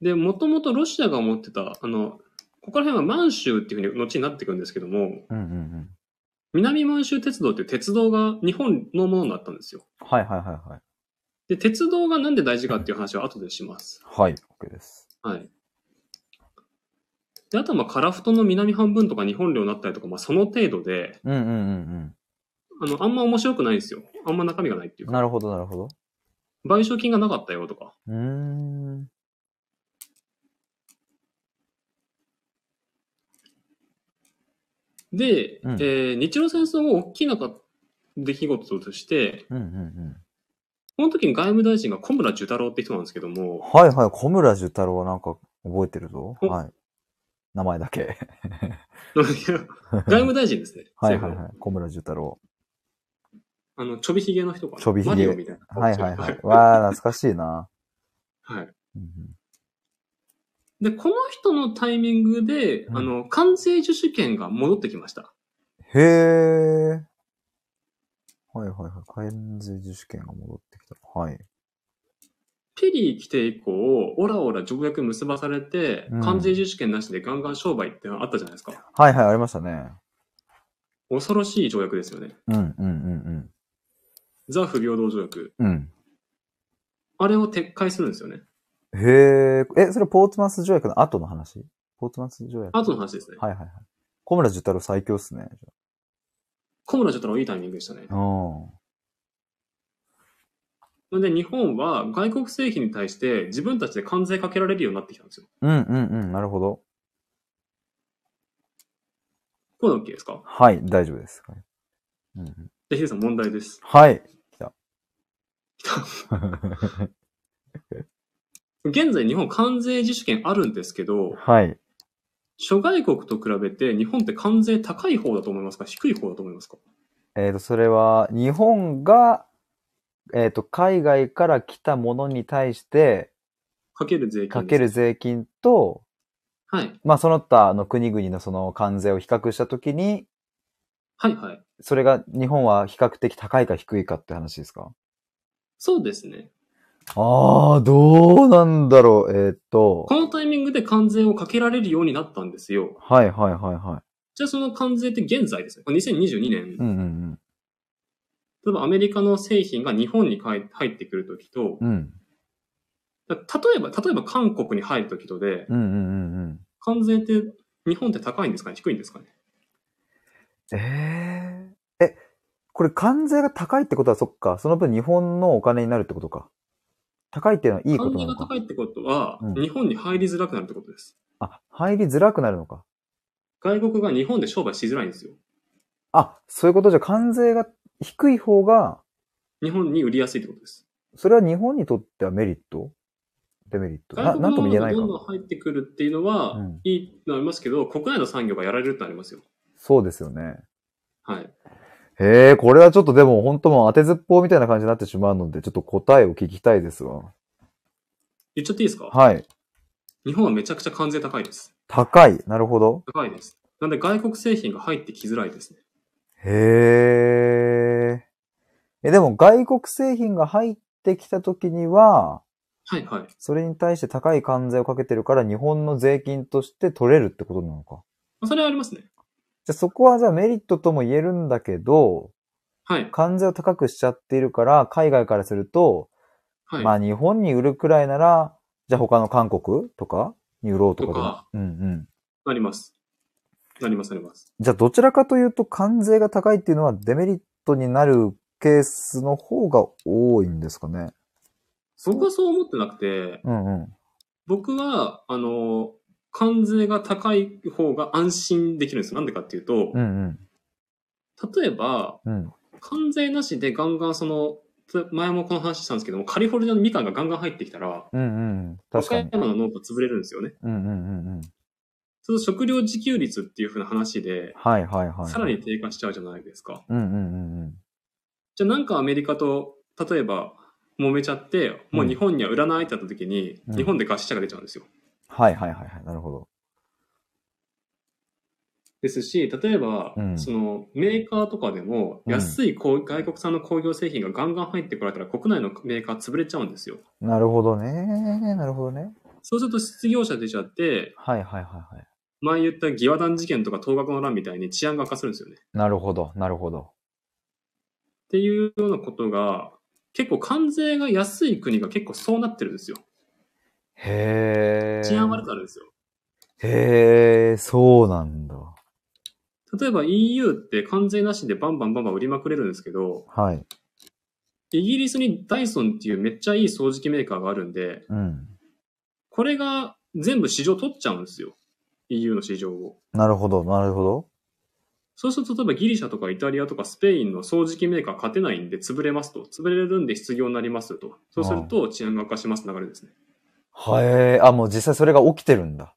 B: で、もともとロシアが持ってた、あの、ここら辺は満州っていうふうに後になってくるんですけども、
A: うんうんうん。
B: 南満州鉄道っていう鉄道が日本のものになったんですよ。
A: はいはいはいはい。
B: で、鉄道がなんで大事かっていう話は後でします。
A: はい、OK です。
B: はい。で、あとはまあ、樺太の南半分とか日本領になったりとか、まあ、その程度で、
A: うんうんうん
B: あの、あんま面白くないんですよ。あんま中身がないっていう
A: うん。
B: か。
A: なるほど、なるほど。
B: 賠償金がなかったよとか。
A: うーん。
B: で、
A: うん
B: えー日露戦争後大きなか出来事として、
A: うんうんうん。
B: この時に外務大臣が小村寿太郎って人なんですけ ども、
A: はいはい、小村寿太郎はなんか覚えてるぞ。
B: お
A: はい。名前だけ。
B: 外務大臣ですね。
A: はいはい
B: 政府
A: は
B: の
A: い。小村寿太郎。
B: あの、ちょびひげの人かな。
A: ちょびひげ
B: マリオみたいな。
A: はいはいはい。わあ、懐かしいな。う
B: はい。
A: んうん
B: で、この人のタイミングで、
A: うん
B: あの、関西自主権が戻ってきました。
A: へえ。はいはいはい。関税自主権が戻ってきた。はい。
B: ペリー来て以降、オラオラ条約結ばされて
A: うん、
B: 関税自主権なしでガンガン商売ってのあったじゃないですか。
A: はいはい、ありましたね。
B: 恐ろしい条約ですよね。
A: うんうんうん
B: ザ・不平等条約。
A: うん。
B: あれを撤回するんですよね。
A: うん。へえ。え、それポーツマス条約の後の話ポーツマス条約。はい
B: 後の話ですね。
A: はいはい。小村寿太郎最強っすね。
B: 小村ちょっといいタイミングでしたね。
A: うん。
B: ので、日本は外国製品に対して自分たちで関税かけられるようになってきたんですよ。
A: うんうんうん。なるほど。
B: こういうの OK ですか
A: はい、大丈夫です。はい。うんうん、
B: で、ヒデさん問題です。
A: はい。来た。
B: 来た現在日本関税自主権あるんですけど、
A: はい。
B: 諸外国と比べて日本って関税高い方だと思いますか低い方だと思いますか
A: えっ、と、それは、日本が、えっ、と、海外から来たものに対して、
B: かける税金です。
A: かける税金と、
B: はい。
A: まあ、その他の国々のその関税を比較したときに、
B: はいはい。
A: それが日本は比較的高いか低いかって話ですか
B: そうですね。
A: ああ、どうなんだろう。えっ、と
B: こ、のタイミングで関税をかけられるようになったんですよ。
A: はいはいはいは
B: じゃあその関税って現在ですね。これ2022年。
A: い。うんうん
B: 例えばアメリカの製品が日本に入入ってくるときと
A: う、ん。うん。
B: 例えば、例えば韓国に入るときとで、
A: うんうんうんうん。
B: 関税って日本って高いんですかね低いんですかね
A: えええ、これ関税が高いってことはそっか。その分日本のお金になるってことか。高いっていうのはいいこ
B: 関
A: と
B: 税
A: なの
B: が
A: か
B: 高。いってことは、
A: うん
B: 日本に入りづらくなるってことです。
A: あ、入りづらくなるのか。
B: 外国が日本で商売しづらいんですよ。
A: あ、そういうことじゃ関税が低い方が、
B: 日本に売りやすいってことです。
A: それは日本にとってはメリットデメリットな
B: 外
A: なん
B: 国
A: とも
B: のも
A: 言えな
B: のが
A: いか
B: どん。どん入ってくるっていうのは、
A: うん
B: いいのありますけど、国内の産業がやられるってなりますよ。
A: そうですよね。
B: はい。
A: へえ、これはちょっとでも本当もう当てずっぽうみたいな感じになってしまうので、ちょっと答えを聞きたいですわ。
B: 言っちゃっていいですか、
A: はい。
B: 日本はめちゃくちゃ関税高いです。
A: 高い。なるほど。
B: 高いです。なんで外国製品が入ってきづらいですね。
A: へえ。え、でも外国製品が入ってきた時には、
B: はいはい。
A: それに対して高い関税をかけてるから日本の税金として取れるってことなのか。
B: まあそれはありますね。
A: じゃあそこはじゃあメリットとも言えるんだけど、
B: はい。
A: 関税を高くしちゃっているから、海外からすると、
B: はい。
A: まあ日本に売るくらいなら、じゃあ他の韓国とかに売ろうとかで
B: とか
A: うんうん。
B: なります。なります、なります。
A: じゃあどちらかというと関税が高いっていうのはデメリットになるケースの方が多いんですかね。
B: 僕はそう思ってなくて、
A: うんうん。
B: 僕は、あの、関税が高い方が安心できるんですよ。なんでかっていうと
A: う、んうん。
B: 例えば、
A: うん。
B: 関税なしでガンガンその、つ前もこの話したんですけども、カリフォルニアのみかんがガンガン入ってきたら、
A: うんうん。
B: 和
A: 確
B: 歌
A: かに。
B: 山の農家潰れるんですよね。
A: うんうんうんうん。
B: その食料自給率っていう風な話で、
A: はいはいはい。
B: さらに。低下しちゃうじゃないですか。
A: うんうんうんうん。
B: じゃあなんかアメリカと、例えば、揉めちゃって、もう日本には売らないってなった時に、
A: うん
B: 日本で餓死者が出ちゃうんですよ。
A: はいはいはいはい。なるほど。
B: ですし、例えば、
A: うん
B: そのメーカーとかでも、
A: うん
B: 安いこう外国産の工業製品がガンガン入ってこられたら、国内のメーカー潰れちゃうんですよ。
A: なるほどね。なるほどね。
B: そうすると失業者出ちゃって、
A: はいはいはいはい。
B: 前言った義和団事件とか当学の乱みたいに治安が悪化するんですよね。っ
A: なるほど。なるほど。
B: ていうようなことが、結構関税が安い国が結構そうなってるんですよ。
A: へえ。
B: 治安悪くなるんですよ。
A: へえ、そうなんだ。
B: 例えば EU って関税なしでバンバンバンバン売りまくれるんですけど、
A: はい。
B: イギリスにダイソンっていうめっちゃいい掃除機メーカーがあるんで、
A: うん。
B: これが全部市場取っちゃうんですよ。EU の市場を。
A: なるほど、なるほど。
B: そうすると、例えばギリシャとかイタリアとかスペインの掃除機メーカー勝てないんで潰れますと。潰れるんで失業になりますと。そうすると治安が悪化します流れですね。
A: はえー、あ、もう実際それが起きてるんだ。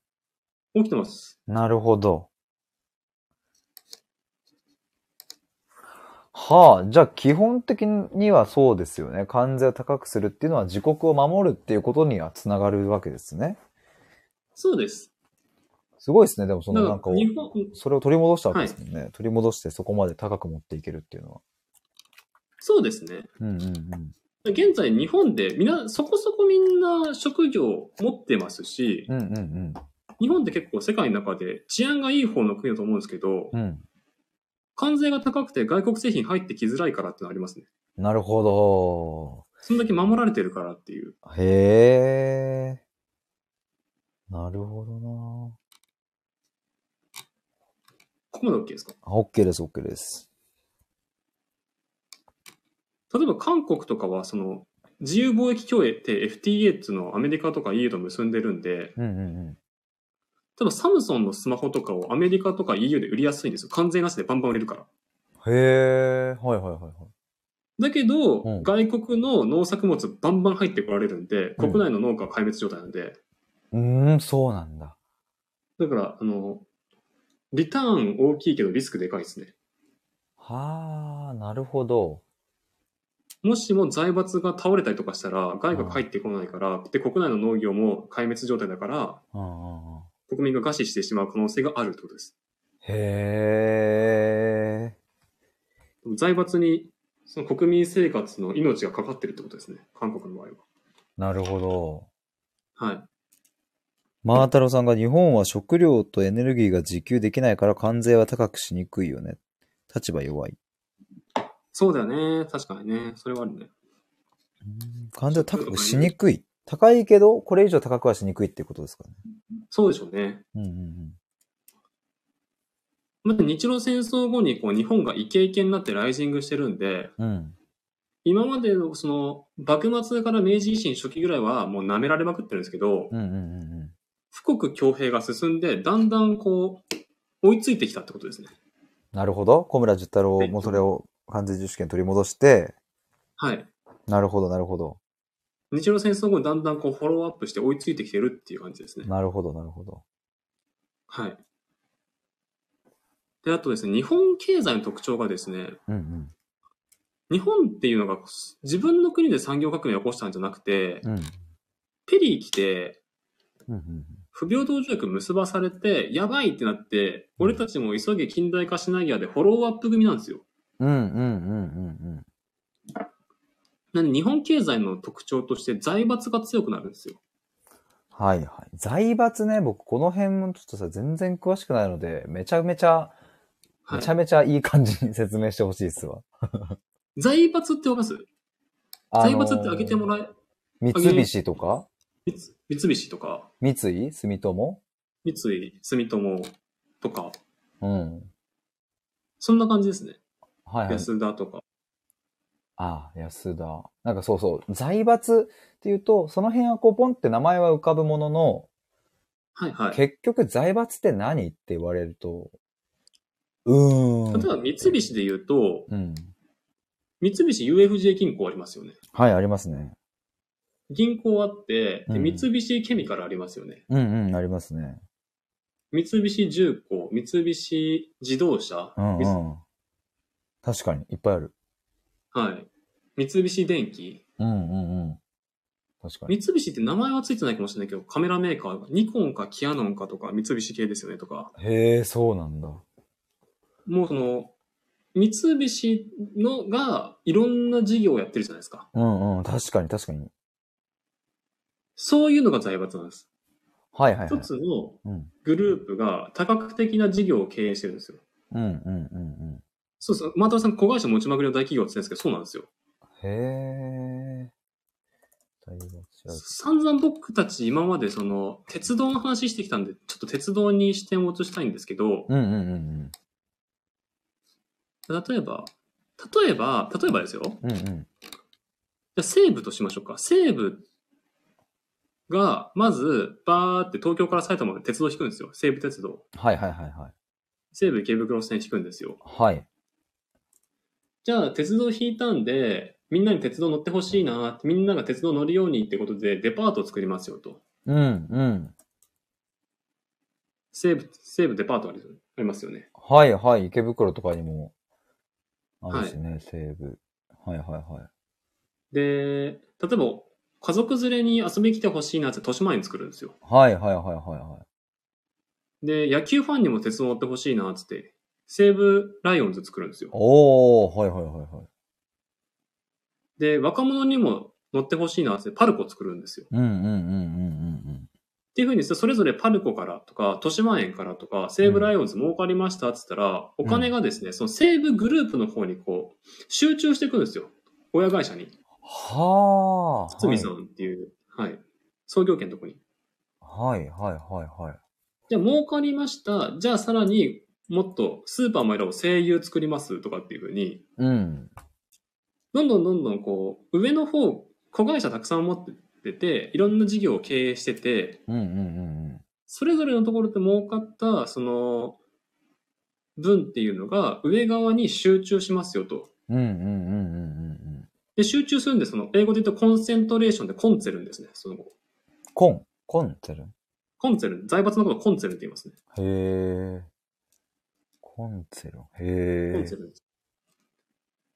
B: 起きてます。
A: なるほど。はあ、じゃあ基本的にはそうですよね。関税を高くするっていうのは自国を守るっていうことにはつながるわけですね。
B: そうです。
A: すごいですね。でもそ
B: だか
A: の
B: ら
A: なんかを、
B: 日本、
A: それを取り戻したわけですもんね。取り戻してそこまで高く持っていけるっていうのは。
B: そうですね。
A: うんうんうん。
B: 現在日本でみんな、そこそこみんな職業持ってますし、
A: うんうん
B: 日本って結構世界の中で治安がいい方の国だと思うんですけど
A: うん。う、ん。
B: 関税が高くて外国製品入ってきづらいからってのありますね。
A: なるほど。
B: そんだけ守られてるからっていう。
A: へえ。なるほどな
B: ここまで OK ですか
A: あ、OK です、OK です。
B: 例えば韓国とかはその自由貿易協定って FTA っていうのをアメリカとか EU と結んでるんで、
A: うんうんうん。
B: 多分サムソンのスマホとかをアメリカとか EU で売りやすいんですよ。関税なしでバンバン売れるから。
A: へえ、はいはいはいはい。
B: だけど、
A: うん
B: 外国の農作物バンバン入ってこられるんで、
A: うん
B: 国内の農家は壊滅状態なんで、
A: うーん、そうなんだ。
B: だから、あの、リターン大きいけどリスクでかいですね。
A: はあ、なるほど。
B: もしも財閥が倒れたりとかしたら、外貨が入ってこないから、で、国内の農業も壊滅状態だから、
A: うんうんうん。
B: 国民が餓死してしまう可能性があるってことです。
A: へえ。
B: 財閥に、その国民生活の命がかかってるってことですね。韓国の場合
A: なるほど。
B: は。はい。
A: マータロさんが日本は食料とエネルギーが自給できないから関税は高くしにくいよね。立場弱い。
B: そうだよね。確かにね。それはあるね。
A: 関税は高くしにくい。高いけど、これ以上高くはしにくいってことですかね。
B: そうでしょうね。
A: うんうん
B: まず日露戦争後にこう日本がイケイケになってライジングしてるんで、
A: うん。うん。
B: 今までのその幕末から明治維新初期ぐらいはもう舐められまくってるんですけ
A: うんう
B: ど、
A: んうんうん。
B: 富国強兵が進んで、だんだんこう、追いついてきたってことですね。
A: なるほど。小村十太郎もそれを関税自主権取り戻して、
B: はい。
A: なるほど、なるほど。
B: 日露戦争後にだんだんこうフォローアップして追いついてきてるっていう感じですね。
A: なるほど、なるほど。
B: はい。で、あとですね、日本経済の特徴がですね、
A: うんうん。
B: 日本っていうのが自分の国で産業革命を起こしたんじゃなくて、
A: うん。
B: ペリー来て、
A: うんうん
B: 不平等条約結ばされて、やばいってなって、俺たちも急げ近代化しなぎゃでフォローアップ組なんですよ。
A: うんうんうん
B: なんで日本経済の特徴として財閥が強くなるんですよ。
A: はいはい。財閥ね、僕この辺もちょっとさ、全然詳しくないので、めちゃめちゃ、
B: は
A: め
B: い
A: ちゃめちゃいい感じに説明してほしいですわ。
B: 財閥ってわかります財閥って開けても
A: え
B: ら
A: 三
B: え、
A: 菱とか
B: 三三菱とか、
A: 三井住友
B: 三井住友とか、
A: うん。
B: そんな感じですね。
A: はいはい。
B: 安田とか。
A: ああ、安田。なんかそうそう。財閥っていうと、その辺はこうポンって名前は浮かぶものの、
B: はいはい。
A: 結局財閥って何って言われると、うーん。
B: 例えば三菱で言うと、
A: うん。
B: 三菱 UFJ 銀行ありますよね。
A: はい、ありますね。
B: 銀行あって、
A: う
B: で
A: ん
B: 三菱ケミカルありますよね。
A: うんうん、ありますね。
B: 三菱重工、三菱自動車、
A: うんう
B: み
A: ん。確かに、いっぱいある。
B: はい。三菱電機。
A: うんうんうん。確かに。
B: 三菱って名前はついてないかもしれないけど、カメラメーカー、ニコンかキヤノンかとか、三菱系ですよねとか、
A: へえ、そうなんだ。
B: もうその、三菱のがいろんな事業をやってるじゃないですか。
A: うんうん、確かに確かに。
B: そういうのが財閥なんです。
A: はいはいは
B: 一
A: い。
B: つの
A: うん。
B: グループが多角的な事業を経営してるんですよ。
A: うんうんうん
B: そうそう。マータさん、子会社持ちまくりの大企業って言ってるんですけど、そうなんですよ。
A: うん。へえ。財閥
B: 散々僕たち今までその、鉄道の話してきたんで、ちょっと鉄道に視点を移したいんですけど、
A: うんうんうん
B: 例えば、例えば、例えばですよ。じ
A: うん。うんうん。
B: ゃあ西武としましょうか。西武が、まず、バーって東京から埼玉まで鉄道引くんですよ。西武鉄道。
A: はいはいはいはい。
B: 西武池袋線引くんですよ。
A: はい。
B: じゃあ、鉄道引いたんで、みんなに鉄道乗ってほしいな、みんなが鉄道乗るようにってことで、デパートを作りますよと。
A: うんうん。
B: 西武、西武デパートありありますよね。
A: はいはい。池袋とかにもあるしね、西武。はいはいはい。
B: で、例えば、家族連れに遊びに来てほしいなって豊島園作るんですよ。
A: はいはいはいはいはい。
B: で、野球ファンにも鉄道乗ってほしいなっつって、西武ライオンズ作るんですよ。
A: おー、はいはいはいはい。
B: で、若者にも乗ってほしいなっつって、パルコ作るんですよ。っ
A: うんうんうんうん
B: ていうふうにそれぞれパルコからとか、豊島園からとか、西武ライオンズ儲かりましたっつったら、お金がですね、その西武グループの方にこう、集中していくんですよ。親会社に。
A: はあ。
B: 堤さんっていう、はい。創業権のとこに。
A: はいはいはいはい。
B: じゃあ儲かりました。じゃあさらにもっとスーパーも選ぼう声優作りますとかっていうふうに、
A: うん。
B: どんどんどんどんこう、上の方子会社たくさん持ってて、いろんな事業を経営してて、
A: うんうんうんうん。
B: それぞれのところで儲かった、その、分っていうのが上側に集中しますよと。
A: うんうんうんうんうんうん。
B: で、集中するんで、その、英語で言うとコンセントレーションでコンツェルンですね。その、
A: コン、コンテルン
B: コンツェルン、財閥のことをコンツェルンって言いますね。
A: へえ。コンテル
B: コ
A: ン。へ
B: ン
A: え
B: ツェ。ルンです。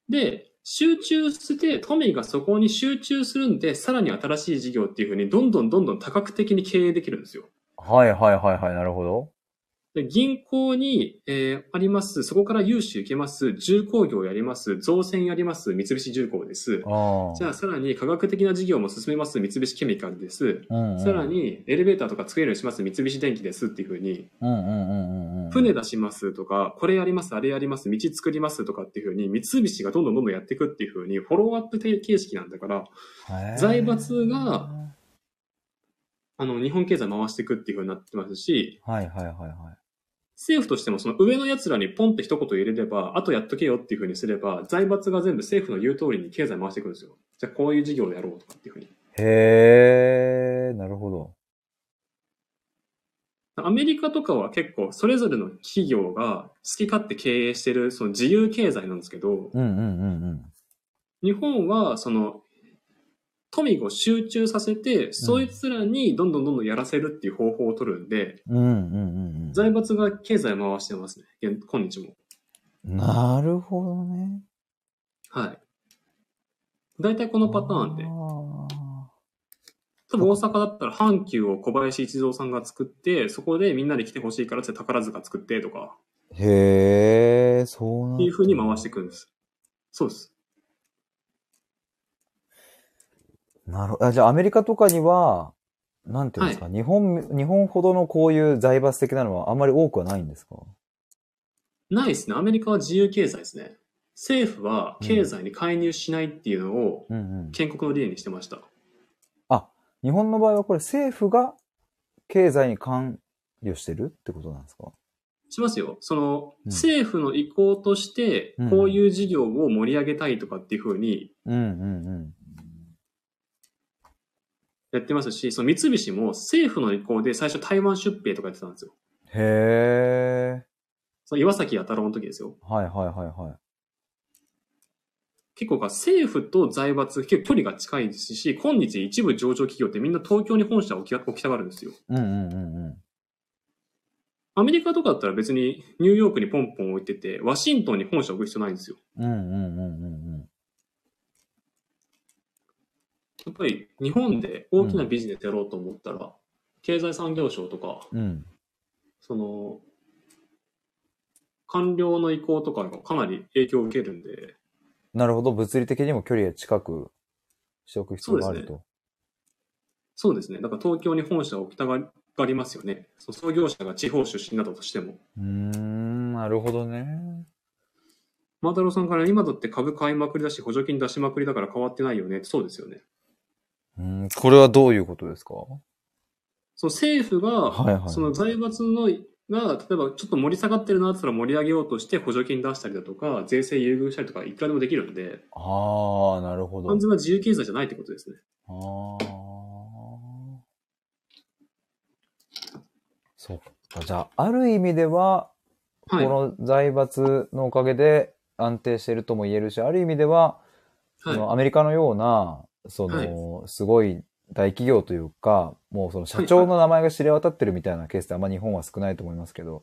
B: で、集中して、トミーがそこに集中するんで、さらに新しい事業っていうふうに、どんどんどんどん多角的に経営できるんですよ。
A: はいはいはいはい、なるほど。
B: で銀行に、えーあります、そこから融資受けます、重工業やります、造船やります、三菱重工です。
A: ああ。
B: じゃあさらに科学的な事業も進めます、三菱ケミカルです。
A: うんうん、
B: さら、にエレベーターとか作れるようにします、三菱電機ですっていうふうに、
A: うんうんうんうんうん。
B: 船出しますとか、これやります、あれやります、道作りますとかっていうふうに、三菱がどんどんどんどんやっていくっていうふうに、フォローアップ形式なんだから、
A: へえ
B: 財閥が、あの、日本経済回していくっていうふうになってますし、
A: はいはいはいはい。
B: 政府としてもその上の奴らにポンって一言入れれば、あとやっとけよっていうふうにすれば、財閥が全部政府の言う通りに経済回していくんですよ。じゃあこういう事業をやろうとかっていうふうに。
A: へえ、なるほど。
B: アメリカとかは結構それぞれの企業が好き勝手経営してるその自由経済なんですけど、
A: うんうんうんうん。
B: 日本はその富を集中させて、そいつらにどんどんどんどんやらせるっていう方法を取るんで、
A: うんうんうんうん。
B: 財閥が経済回してますね。現今日も。
A: なるほどね。
B: はい。大体このパターンで。
A: あ
B: 多分大阪だったら阪急を小林一三さんが作って、そこでみんなで来てほしいからって宝塚作ってとか、
A: ーへえ、そうなんだ
B: っていう風に回していくんです。そうです。
A: なるほど。あじゃあアメリカとかには、なんていうんですか、日本、日本ほどのこういう財閥的なのはあんまり多くはないんですか
B: ないですね。アメリカは自由経済ですね。政府は経済に介入しないっていうのを
A: うんうん。
B: 建国の理念にしてました。
A: 日本の場合はこれ政府が経済に関与してるってことなんですか
B: しますよ。その、
A: うん
B: 政府の意向として
A: うん、
B: こういう事業を盛り上げたいとかっていうふうに
A: うんうんうん。
B: やってますし、その三菱も政府の意向で最初台湾出兵とかやってたんですよ。
A: へえ。
B: その岩崎弥太郎の時ですよ。
A: はいはいはいはい。
B: 結構が政府と財閥、結構距離が近いですし、今日一部上場企業ってみんな東京に本社を置き置きたがるんですよ。
A: うんうんうんうん。
B: アメリカとかだったら別にニューヨークにポンポン置いてて、ワシントンに本社を置く必要ないんですよ。
A: うんうんうんうんうん。
B: やっぱり日本で大きなビジネスやろうと思ったら、経済産業省とか、
A: うん。
B: その、官僚の意向とかがかなり影響を受けるんで、
A: なるほど。物理的にも距離が近くしておく必要があると。
B: そうですね。だから東京に本社を置きたがりますよね。その創業者が地方出身などとしても。
A: うーん、なるほどね。
B: マータローさんから今だって株買いまくりだし、補助金出しまくりだから変わってないよね。そうですよね。
A: うん、これはどういうことですか
B: その政府が、
A: はいはい
B: その財閥の、が、例えばちょっと盛り下がってるなって言ったら盛り上げようとして補助金出したりだとか、税制優遇したりとか、いくらでもできるんで、
A: ああ、なるほど。
B: 完全な自由経済じゃないってことですね。
A: ああ。そっか。じゃあ、ある意味では、
B: はい。は
A: この財閥のおかげで安定しているとも言えるし、ある意味では、そ
B: い。
A: のアメリカのような、その、すごい大企業というか、もうその社長の名前が知れ渡ってるみたいなケースってあんま日本は少ないと思いますけど、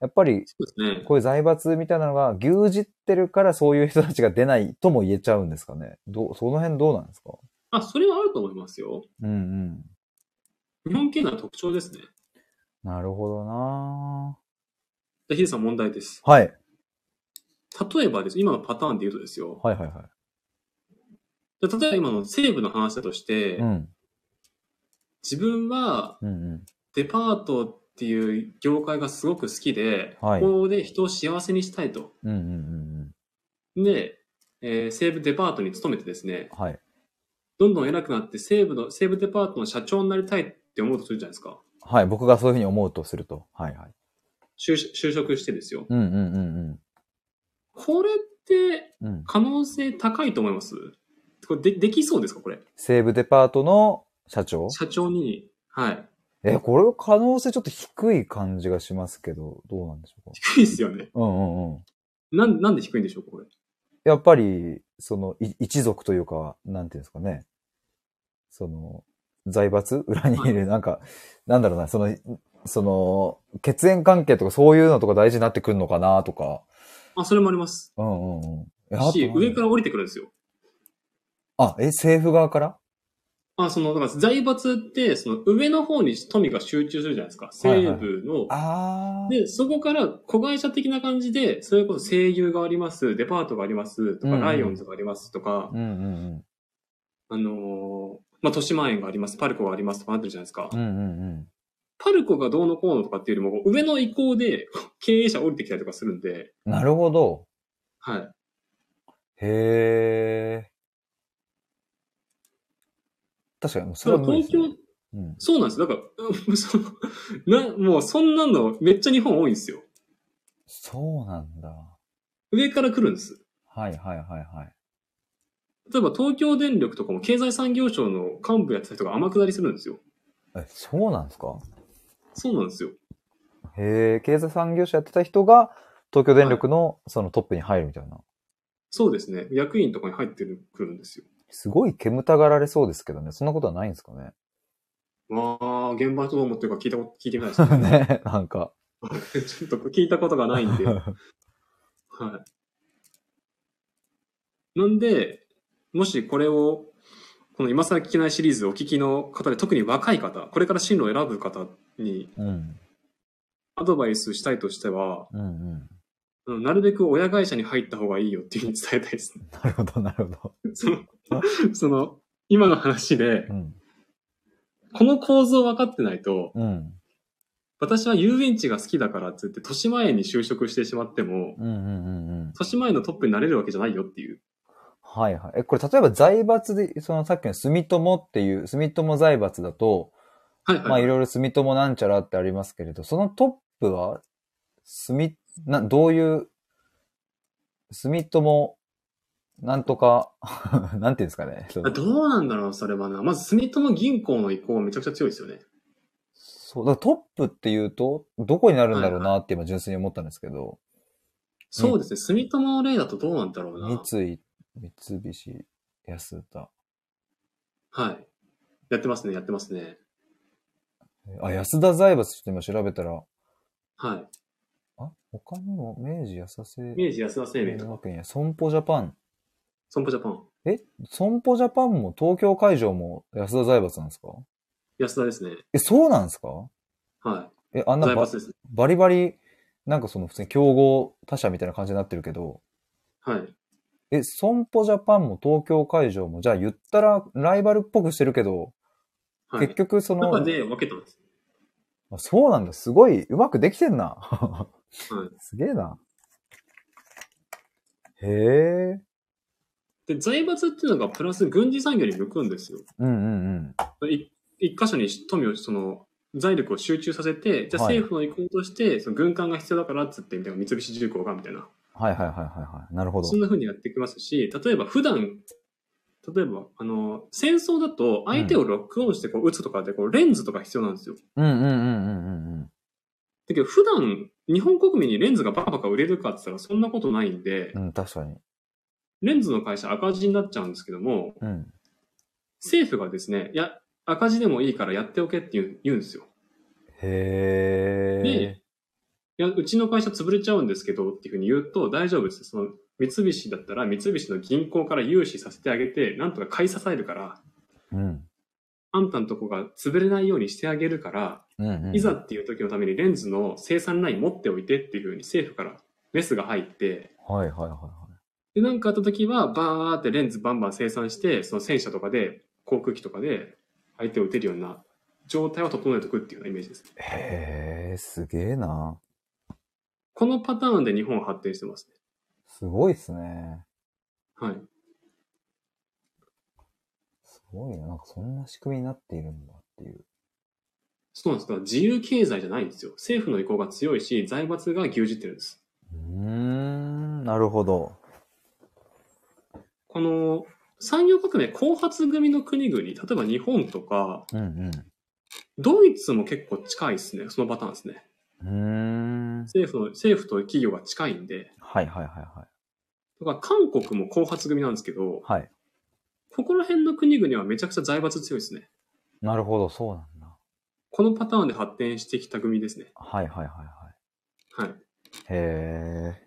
A: やっぱり
B: そうですね。
A: こういう財閥みたいなのが牛耳ってるからそういう人たちが出ないとも言えちゃうんですかね。どう、その辺どうなんですか
B: あ、それはあると思いますよ。
A: うんうん。
B: 日本経済の特徴ですね。
A: なるほどな
B: でヒデさん問題です。
A: ぁはい。
B: 例えばです。今のパターンで言うとですよ。
A: はいはいは
B: で例えば今の政府の話だとして、
A: い。うん。
B: 自分は
A: うんうん。
B: デパートっていう業界がすごく好きで、
A: はい
B: ここで人を幸せにしたいと。
A: うんうんうん
B: で、えー西武デパートに勤めてですね、
A: うん。はい。
B: どんどん偉くなって西武の、西武デパートの社長になりたいって思うとするじゃないですか。
A: はい。僕がそういうふうに思うとすると。はいはい。
B: 就就職してですよ。
A: うんうんうん
B: これって
A: うん。うん。
B: 可能性高いと思いますこれでできそうですかこれ。
A: 西武デパートの社長
B: 社長に、はい。
A: え、これ可能性ちょっと低い感じがしますけど、どうなんでしょうか
B: 低いですよね。
A: うんうんうん。
B: なん、なんで低いんでしょうかこれ。
A: やっぱり、その、い一族というか、なんていうんですかね。その、財閥 裏にいる、なんか、なんだろうな、その、その、血縁関係とかそういうのとか大事になってくるのかなとか。
B: あ、それもあります。
A: うんうんうん。え。
B: し、上からら降りてくるんですよ。
A: あ、え、政府側から
B: あ、その、だから財閥って、その上の方に富が集中するじゃないですか。西部の。
A: あー。
B: で、そこから子会社的な感じで、それこそ声優があります、デパートがあります、と
A: うんう
B: か、
A: ん
B: ライオンズがありますとか
A: う、んうん
B: あのーまあ、豊島園があります、パルコがありますとかなってるじゃないですか
A: うん。う。んうんうん。
B: パルコがどうのこうのとかっていうよりも、上の意向で経営者降りてきたりとかするんで、
A: なるほど。
B: はい。
A: へえ。確かに、そ
B: だ
A: れ
B: か
A: は
B: ら
A: 無理で
B: 東
A: すね
B: 京、
A: うん、
B: そうなんですよ。だからうん、そのな、もうそんなのめっちゃ日本多いんですよ。
A: そうなんだ。
B: 上から来るんです。
A: はいはいはいはい。
B: 例えば東京電力とかも経済産業省の幹部やってた人が天下りするんですよ。
A: え、そうなんですか
B: そうなんですよ。
A: へえ、経済産業省やってた人が、東京電力のそのトップに入るみたいな。
B: そうですね。役員とかに入ってくるんですよ。
A: すごい煙たがられそうですけどね。そんなことはないんですかね。
B: まあ、現場どう思ってるか聞いたこと、聞いてみたいです ね。
A: ね、なんか。
B: ちょっと聞いたことがないんで。はい。なんで、もしこれを、この今更聞けないシリーズをお聞きの方で、特に若い方、これから進路を選ぶ方に
A: うん。
B: アドバイスしたいとしては、
A: うんうん。
B: うんなるべく親会社に入った方がいいよっていうふうに伝えたいですね。
A: なるほど、なるほど。
B: その、その、今の話で
A: う、ん。
B: この構造分かってないと、
A: うん。
B: 私は遊園地が好きだからっつって、豊島園に就職してしまっても、
A: うんうんうんうん。
B: 豊島園のトップになれるわけじゃないよっていう。
A: はいはい。え、これ例えば財閥で、そのさっきの住友っていう、住友財閥だと、
B: はいはい。
A: まあいろいろ住友なんちゃらってありますけれど、そのトップは、住、な、どういう、住友、なんとか、 なんていうんですかね。そ
B: あ
A: う、
B: どうなんだろう、それはな。まず、住友銀行の意向はめちゃくちゃ強いですよね。
A: そうだからトップっていうと、どこになるんだろうなって今純粋に思ったんですけど、
B: そうですね。住友の例だとどうなんだろうな。
A: 三井、三菱、安田。
B: はい。やってますね、やってますね。
A: あ、安田財閥ちょっと今調べたら、
B: は
A: あ、他にも明治安田製
B: い。明治安田生命とか、
A: 学園や損保ジャパン。
B: 損保ジャパン。
A: え、損保ジャパンも東京会場も安田財閥なんですか
B: 安田ですね。
A: え、そうなんですか
B: は
A: え、あん
B: い。
A: な
B: 財
A: バ
B: 閥ですね。
A: バリバリ、なんかその普通に競合他社みたいな感じになってるけど、
B: はい。
A: え、損保ジャパンも東京会場も、じゃあ言ったらライバルっぽくしてるけど、
B: はい。
A: 結局その、
B: 中で分けたんです。
A: あそうなんだ、すごいうまくできてんな。
B: はい。
A: すげえな。へえ。
B: で、財閥っていうのがプラス軍事産業に向くんですよ。
A: うんうん
B: い一箇所に富を、その、財力を集中させて、じゃあ
A: はい
B: 政府の意向として、その軍艦が必要だからっつって、みたいな三菱重工が、みたいな。
A: うん。はいはいはいはいはい。なるほど
B: そ。んな風にやってきますし、例えば普段、例えば、あの、戦争だと相手をロックオンしてこう撃つとかで、こうレンズとか必要なんですよ。
A: うんうんうんうんうんうん。
B: だけど普段、日本国民にレンズがバカバカ売れるかって言ったらそんなことないんで、
A: うん、確かに。
B: レンズの会社赤字になっちゃうんですけども、
A: うん。
B: 政府がですね、いや、赤字でもいいからやっておけって言う言うんですよ。
A: へえ
B: で。いや、うちの会社潰れちゃうんですけどっていうふうに言うと大丈夫です。その三菱だったら三菱の銀行から融資させてあげて、なんとか買い支えるから、
A: うん。
B: あんたのとこが潰れないようにしてあげるから、
A: うんうん、
B: いざっていう時のためにレンズの生産ライン持っておいてっていうふうに政府からメスが入って、
A: はいはいはいは
B: で、なんかあった時はバーってレンズバンバン生産して、その戦車とかで、航空機とかで相手を撃てるような状態を整えておくっていうようなイメージです。
A: い。へえ、すげえな。
B: このパターンで日本は発展してますね。
A: すごいっすね。
B: はい。
A: すごいな。なんかそんな仕組みになっているんだっていう。
B: そうなんですだから自由経済じゃないんですよ。政府の意向が強いし、財閥が牛耳ってるんです。
A: うーん、なるほど。
B: この産業革命後発組の国々、例えば日本とか、
A: うん
B: ドイツも結構近いですね。そのパターンですね。
A: うん。うーん。
B: 政府の、政府と企業が近いんで。
A: はいはいはいはい。
B: だから韓国も後発組なんですけど、
A: はい。
B: ここら辺の国々はめちゃくちゃ財閥強いですね。
A: なるほど、そうなんだ。
B: このパターンで発展してきた組ですね。
A: はいはいはいはい。へ
B: はい。
A: え。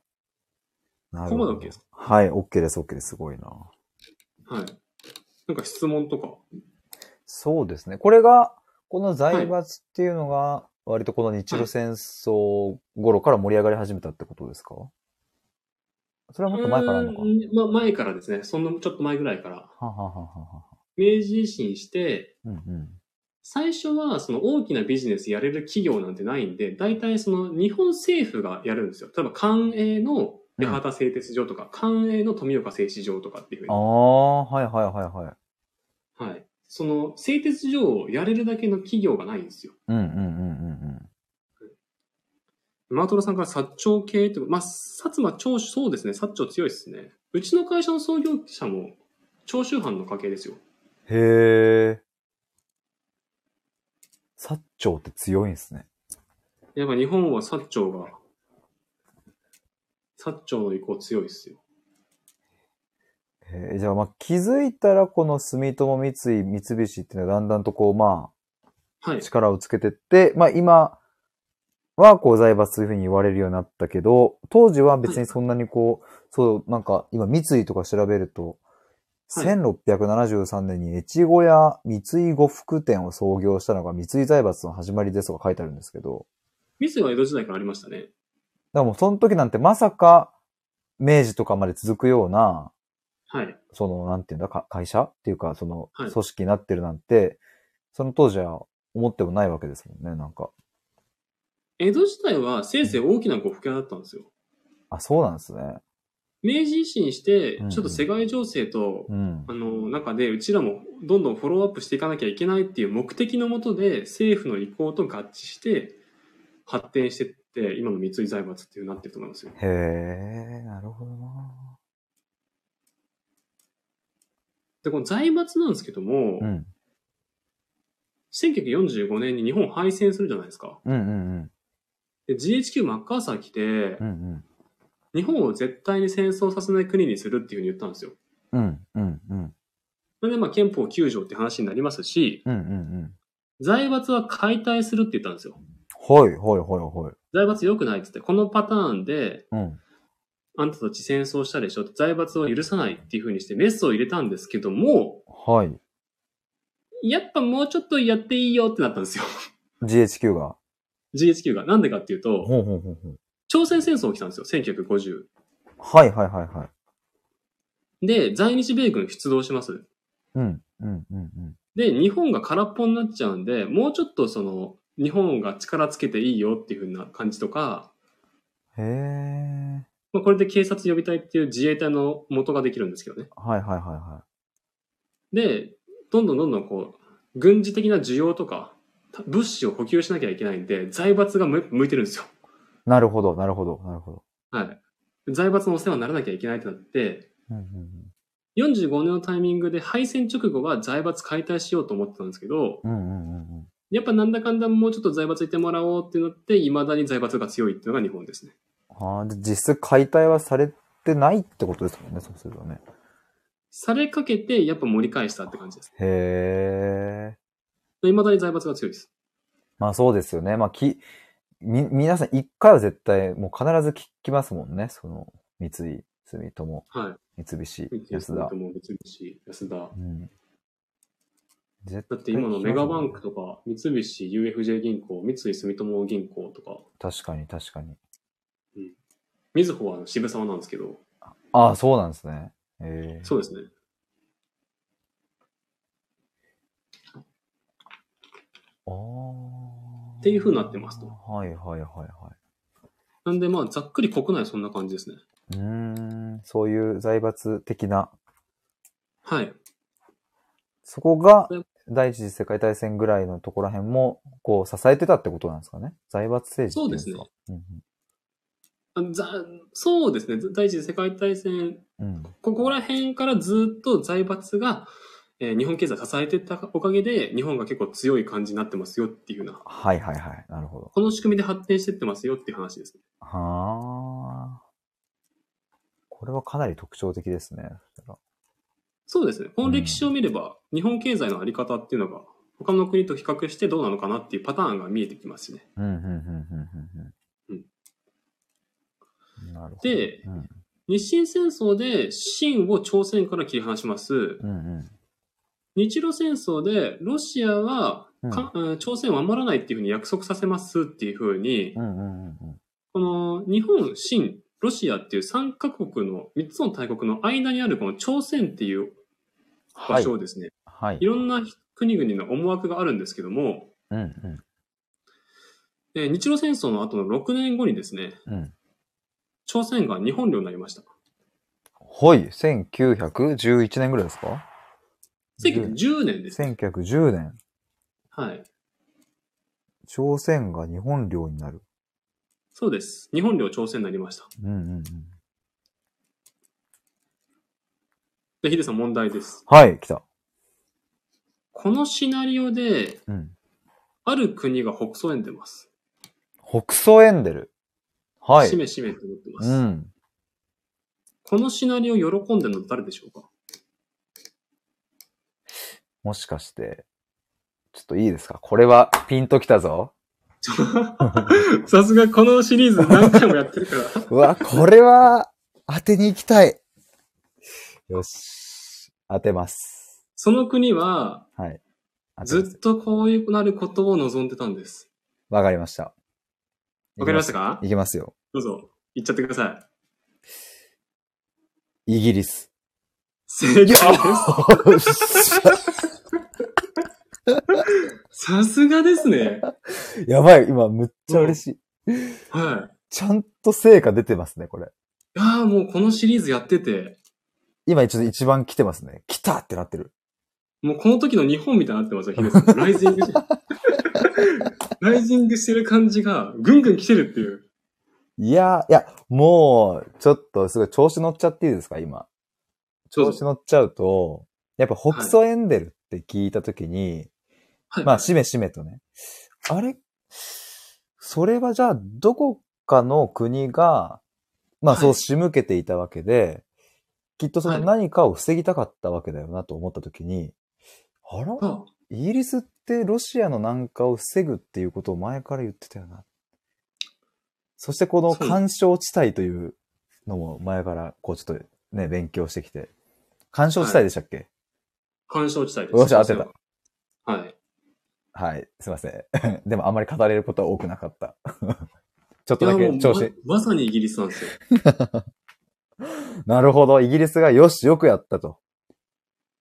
A: な
B: ここまで OK です
A: はい、OK です、OK です。すごいな。
B: はい。なんか質問とか。
A: そうですね。これが、この財閥っていうのが、割とこの日露戦争頃から盛り上がり始めたってことですかそれはもっと前からなのか。は
B: うーんまあ前からですね。そのちょっと前ぐらいから。
A: あはあはあはあはあ
B: 明治維新して、
A: うんうん。
B: 最初はその大きなビジネスやれる企業なんてないんで、大体その日本政府がやるんですよ。例えば官営の八幡製鉄所とか、官営の富岡製糸場とかっていうふう
A: あ
B: に。
A: あ、はいはいはいはい。
B: はい。その製鉄所をやれるだけの企業がないんですよ。
A: うんうんうんうん
B: マートロさんから薩長系って、まあ、薩摩長州、そうですね、薩長強いですね。うちの会社の創業者も長州藩の家系ですよ。
A: うん。へえ。薩長って強いんですね。
B: やっぱ日本は薩長が、薩長の意向強いですよ。
A: へえじゃあまあ気づいたらこの住友三井三菱っていうのはだんだんとこうま
B: は
A: あ。
B: い
A: 力をつけてって、まあ今はこう財閥というふうに言われるようになったけど、当時は別にそんなにこう、そうなんか今三井とか調べると、
B: はい
A: 1673年に越後屋三井呉服店を創業したのが三井財閥の始まりですとか書いてあるんですけど、
B: 三井は江戸時代からありました
A: だ
B: ね。
A: からもうその時なんてまさか明治とかまで続くような、
B: はい。
A: その、なんていうんだ、か会社っていうか、その、
B: は
A: 組
B: い
A: 織になってるなんて、その当時は思ってもないわけですもんね、なんか。
B: 江戸時代はせいぜい大きな呉服屋だったんですよ。
A: あ、そうなんですね。
B: 明治維新して
A: うんう、ん
B: ちょっと世界情勢と、
A: うん。
B: あの、中で、うちらもどんどんフォローアップしていかなきゃいけないっていう目的のもとで、政府の意向と合致して、発展してって、今の三井財閥っていうなってると思いますよ。
A: へえ、なるほどな。
B: で、この財閥なんですけども、
A: うん。
B: 1945年に日本敗戦するじゃないですか。
A: うんうんうん。
B: で、GHQ マッカーサー来て
A: う、ん
B: 日本を絶対に戦争させない国にするっていうふうに言ったんですよ。
A: うん。うんうんうん。
B: それで、まあ、憲法9条って話になりますし、
A: うんうん
B: 財閥は解体するって言ったんですよ。
A: うん。はいはいはいはい。
B: 財閥良くないって言って、このパターンで、
A: うん。
B: あんたたち戦争したでしょって財閥を許さないっていう風にしてメスを入れたんですけども、
A: はい。
B: やっぱもうちょっとやっていいよってなったんですよ。
A: GHQ が。
B: GHQ が。なんでかっていうと、
A: ほうほうほうほう。
B: 朝鮮戦争起きたんですよ、1950。
A: はいはいはいはい。
B: で、在日米軍出動します。
A: うん。うんうんうん。
B: で、日本が空っぽになっちゃうんで、もうちょっとその、日本が力つけていいよっていう風な感じとか、
A: へえ。
B: まあ、これで警察呼びたいっていう自衛隊の元ができるんですけどね。
A: はいはいはいは
B: で、どんどんどんどんこう、軍事的な需要とか、た物資を補給しなきゃいけないんで、財閥がむ向いてるんですよ。
A: い。なるほど、なるほど、なるほど。
B: はい。財閥のお世話にならなきゃいけないってなって、
A: うんうん
B: 45年のタイミングで敗戦直後は財閥解体しようと思ってたんですけど、
A: うん。うんうんうんうん。
B: やっぱなんだかんだもうちょっと財閥いてもらおうってなって、未だに財閥が強いっていうのが日本ですね。
A: ああ、で実質解体はされてないってことですもんね、そうするとね。
B: されかけて、やっぱ盛り返したって感じです。
A: へえ。
B: 未だに財閥が強いです。
A: まあそうですよね。まあき、み、皆さん一回は絶対、もう必ず聞きますもんね。その、三井、住友、
B: は
A: 三菱
B: い。、
A: 安田。
B: も別にし、安田。
A: うん。絶
B: だ
A: 対
B: って今の
A: 聞き
B: メ
A: ます
B: ガ
A: もん
B: バン
A: ね
B: クとか、三菱 UFJ 銀行、三井住友銀行とか、
A: 確かに、確かに。
B: みずほはあの渋沢なんですけど、
A: ああ、そうなんですね。へえ。
B: そうですね。
A: ああ。
B: っていう風になってますと
A: はいはいはいはい。
B: なんでまあ、ざっくり国内そんな感じですね。
A: うーん、そういう財閥的な
B: はい。
A: そこが
B: うん
A: 第一次世界大戦ぐらいのところら辺も、こう、支えてたってことなんですかね。財閥政治っていうんか。
B: そう
A: うんうん
B: あざそうですね。ず第一次世界大戦、
A: うん。
B: ここら辺からずっと財閥が、えー日本経済を支えてったおかげで、日本が結構強い感じになってますよっていうような、
A: はいはいはい。なるほど。
B: この仕組みで発展してってますよっていう話ですね。
A: はあ。これはかなり特徴的ですね。
B: そうですね。この歴史を見れば、日本経済のあり方っていうのが、他の国と比較してどうなのかなっていうパターンが見えてきますしね。
A: うん、うん、うん、うん、うん。うん。なるほど。
B: で
A: うん、
B: 日清戦争で清を朝鮮から切り離します。
A: うん、うん。
B: 日露戦争でロシアはか、うん朝鮮を守らないっていうふうに約束させますっていうふうに、
A: うん、うん、うんうん。
B: この日本、清、ロシアっていう3カ国の3つの大国の間にあるこの朝鮮っていう場
A: はい。
B: 所をですね、
A: はい
B: い、。ろんな国々の思惑があるんですけども、
A: うん、う
B: えー日露戦争の後の6年後にですね、
A: ん、うん。
B: 朝鮮が日本領になりました。
A: ほい、1911年ぐらいですか
B: 1910年です。
A: 1910年、
B: はい。
A: 朝鮮が日本領になる。
B: そうです。日本領朝鮮になりました。
A: うんうんうん。
B: で、ヒデさん問題です。
A: はい、来た。
B: このシナリオで、
A: うん。
B: ある国が北総園出ます。
A: 北総エンデル。はい。
B: しめしめと思ってます。
A: うん。
B: このシナリオ喜んでるの誰でしょうか
A: もしかして、ちょっといいですかこれはピンときたぞ。
B: さすがこのシリーズ何回もやってるから。
A: うわ、これは当てに行きたい。よし。当てます。
B: その国は、
A: はい。当てます
B: ずっとこういうなることを望んでたんです。
A: わかりました。
B: わかりましたか
A: いきますよ。
B: どうぞ、言っちゃってください。
A: イギリス。
B: 正解です。
A: よっし
B: さすがですね。
A: ゃやばい、今、むっちゃ嬉しい。
B: は
A: ちゃんと成果出てますね、これ。
B: い。いやーもうこのシリーズやってて、
A: 今一応一番来てますね。来たってなってる。
B: もうこの時の日本みたいになってますよ、ヒ デさん。ライジングしライジングしてる感じが、ぐんぐん来てるっていう。
A: いやー、いや、もう、ちょっとすごい調子乗っちゃっていいですか、今。
B: ど
A: 調子
B: うぞ
A: 乗っちゃうと、やっぱ北総エンデルって聞いたときに、
B: はい
A: まあ、しめしめとね。あれそれはじゃあ、どこかの国が、まあ、
B: はい
A: そう仕向けていたわけで、きっとその
B: はい
A: 何かを防ぎたかったわけだよなと思ったときに、あら
B: あ
A: イギリスってロシアの南下を防ぐっていうことを前から言ってたよな。そしてこの
B: そう
A: 干渉地帯というのも前からこうちょっとね、勉強してきて。干渉地帯でしたっけ
B: 干渉地帯です。
A: よっしゃ当て
B: た。はい。
A: はい、すいません。 でもあんまり語れることは多くなかった。 ちょっ
B: い
A: と
B: や
A: だ
B: もう
A: け調
B: ま
A: 子。
B: まさにイギリスなんですよ。
A: なるほど。イギリスがよし、よくやったと。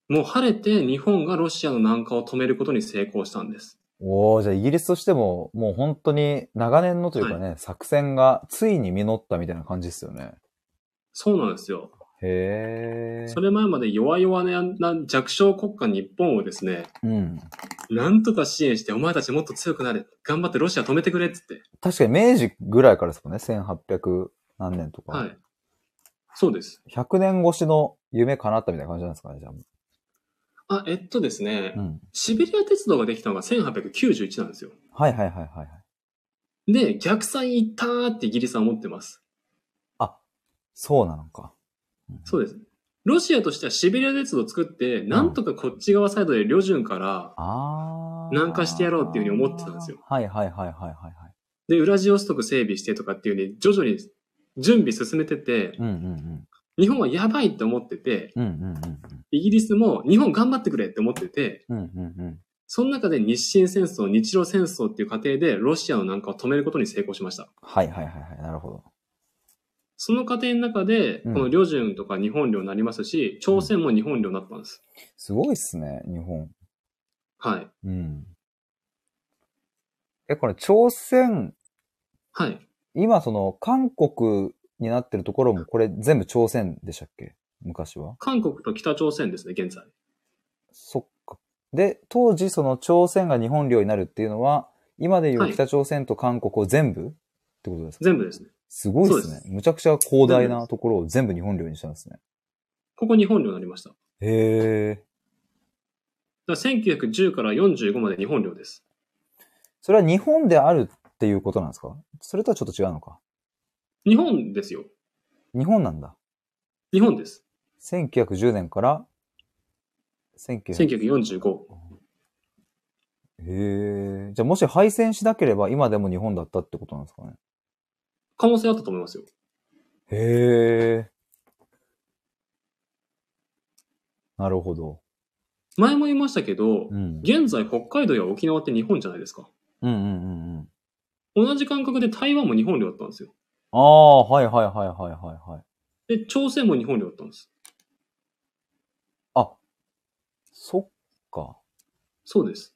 B: もう晴れて日本がロシアの南下を止めることに成功したんです。
A: おー、じゃあイギリスとしても、もう本当に長年のというかね、作戦がついに実ったみたいな感じですよね。
B: そうなんですよ。
A: へー。
B: それ前まで弱々なな弱小国家日本をですね、
A: うん。
B: なんとか支援してお前たちもっと強くなれ。頑張ってロシア止めてくれっつって。
A: 確かに明治ぐらいからですもんね、1800何年とか。
B: はい。そうです。
A: 100年越しの夢叶ったみたいな感じなんですかね、じゃあ。
B: あ、えっとですね、
A: うん。
B: シベリア鉄道ができたのが1891なんですよ。
A: はいはいはいはいはい。
B: で、逆算行ったーってイギリスは思ってます。
A: そうなのか。
B: そうです。ロシアとしてはシベリア鉄道を作って、なんとかこっち側サイドで旅順から、
A: あー。
B: 南下してやろうっていうふうに思ってたんですよ。
A: はいはいはいはいはいはい。
B: で、ウラジオストク整備してとかっていうね、徐々に準備進めてて
A: う、んうん
B: 日本はやばいって思ってて、
A: うん。うんうんうん
B: イギリスも日本頑張ってくれって思ってて、
A: うん。うんうんうん。
B: その中で日清戦争、日露戦争っていう過程でロシアの南下を止めることに成功しました。
A: はいはいはいはい。なるほど。
B: その過程の中で、
A: う
B: こ
A: ん
B: の旅順とか日本領になりますし、朝鮮も日本領になったんです。
A: すごいっすね、日本。
B: はい。
A: うん。え、これ朝鮮、
B: はい。
A: 今その韓国になってるところもこれ全部朝鮮でしたっけ昔は
B: 韓国と北朝鮮ですね、現在。
A: そっか。で、当時その朝鮮が日本領になるっていうのは、今でい
B: は
A: う
B: い
A: 北朝鮮と韓国を全部ってことですか、
B: 全部ですね。
A: すごいです
B: そう
A: ね
B: で。す
A: むちゃくちゃ広大なところを全部日本領にしたんですね。
B: ここ日本領になりました。だか
A: へえ。
B: ら1910から45まで日本領です。
A: それは日本であるっていうことなんですかそれとはちょっと違うのか。
B: 日本ですよ。
A: 日本なんだ。
B: 日本です。
A: 1910年から、1900
B: 1945。
A: へえ。じゃあもし敗戦しなければ今でも日本だったってことなんですかね。
B: 可能性あったと思いますよ。
A: へえ。なるほど。
B: 前も言いましたけど、
A: うん。
B: 現在北海道や沖縄って日本じゃないですか。
A: うんうんうんうん。
B: 同じ感覚で台湾も日本領だったんですよ。
A: ああ、はいはいはいはいはいはい。
B: で、朝鮮も日本領だったんです。
A: そっか。
B: そうです。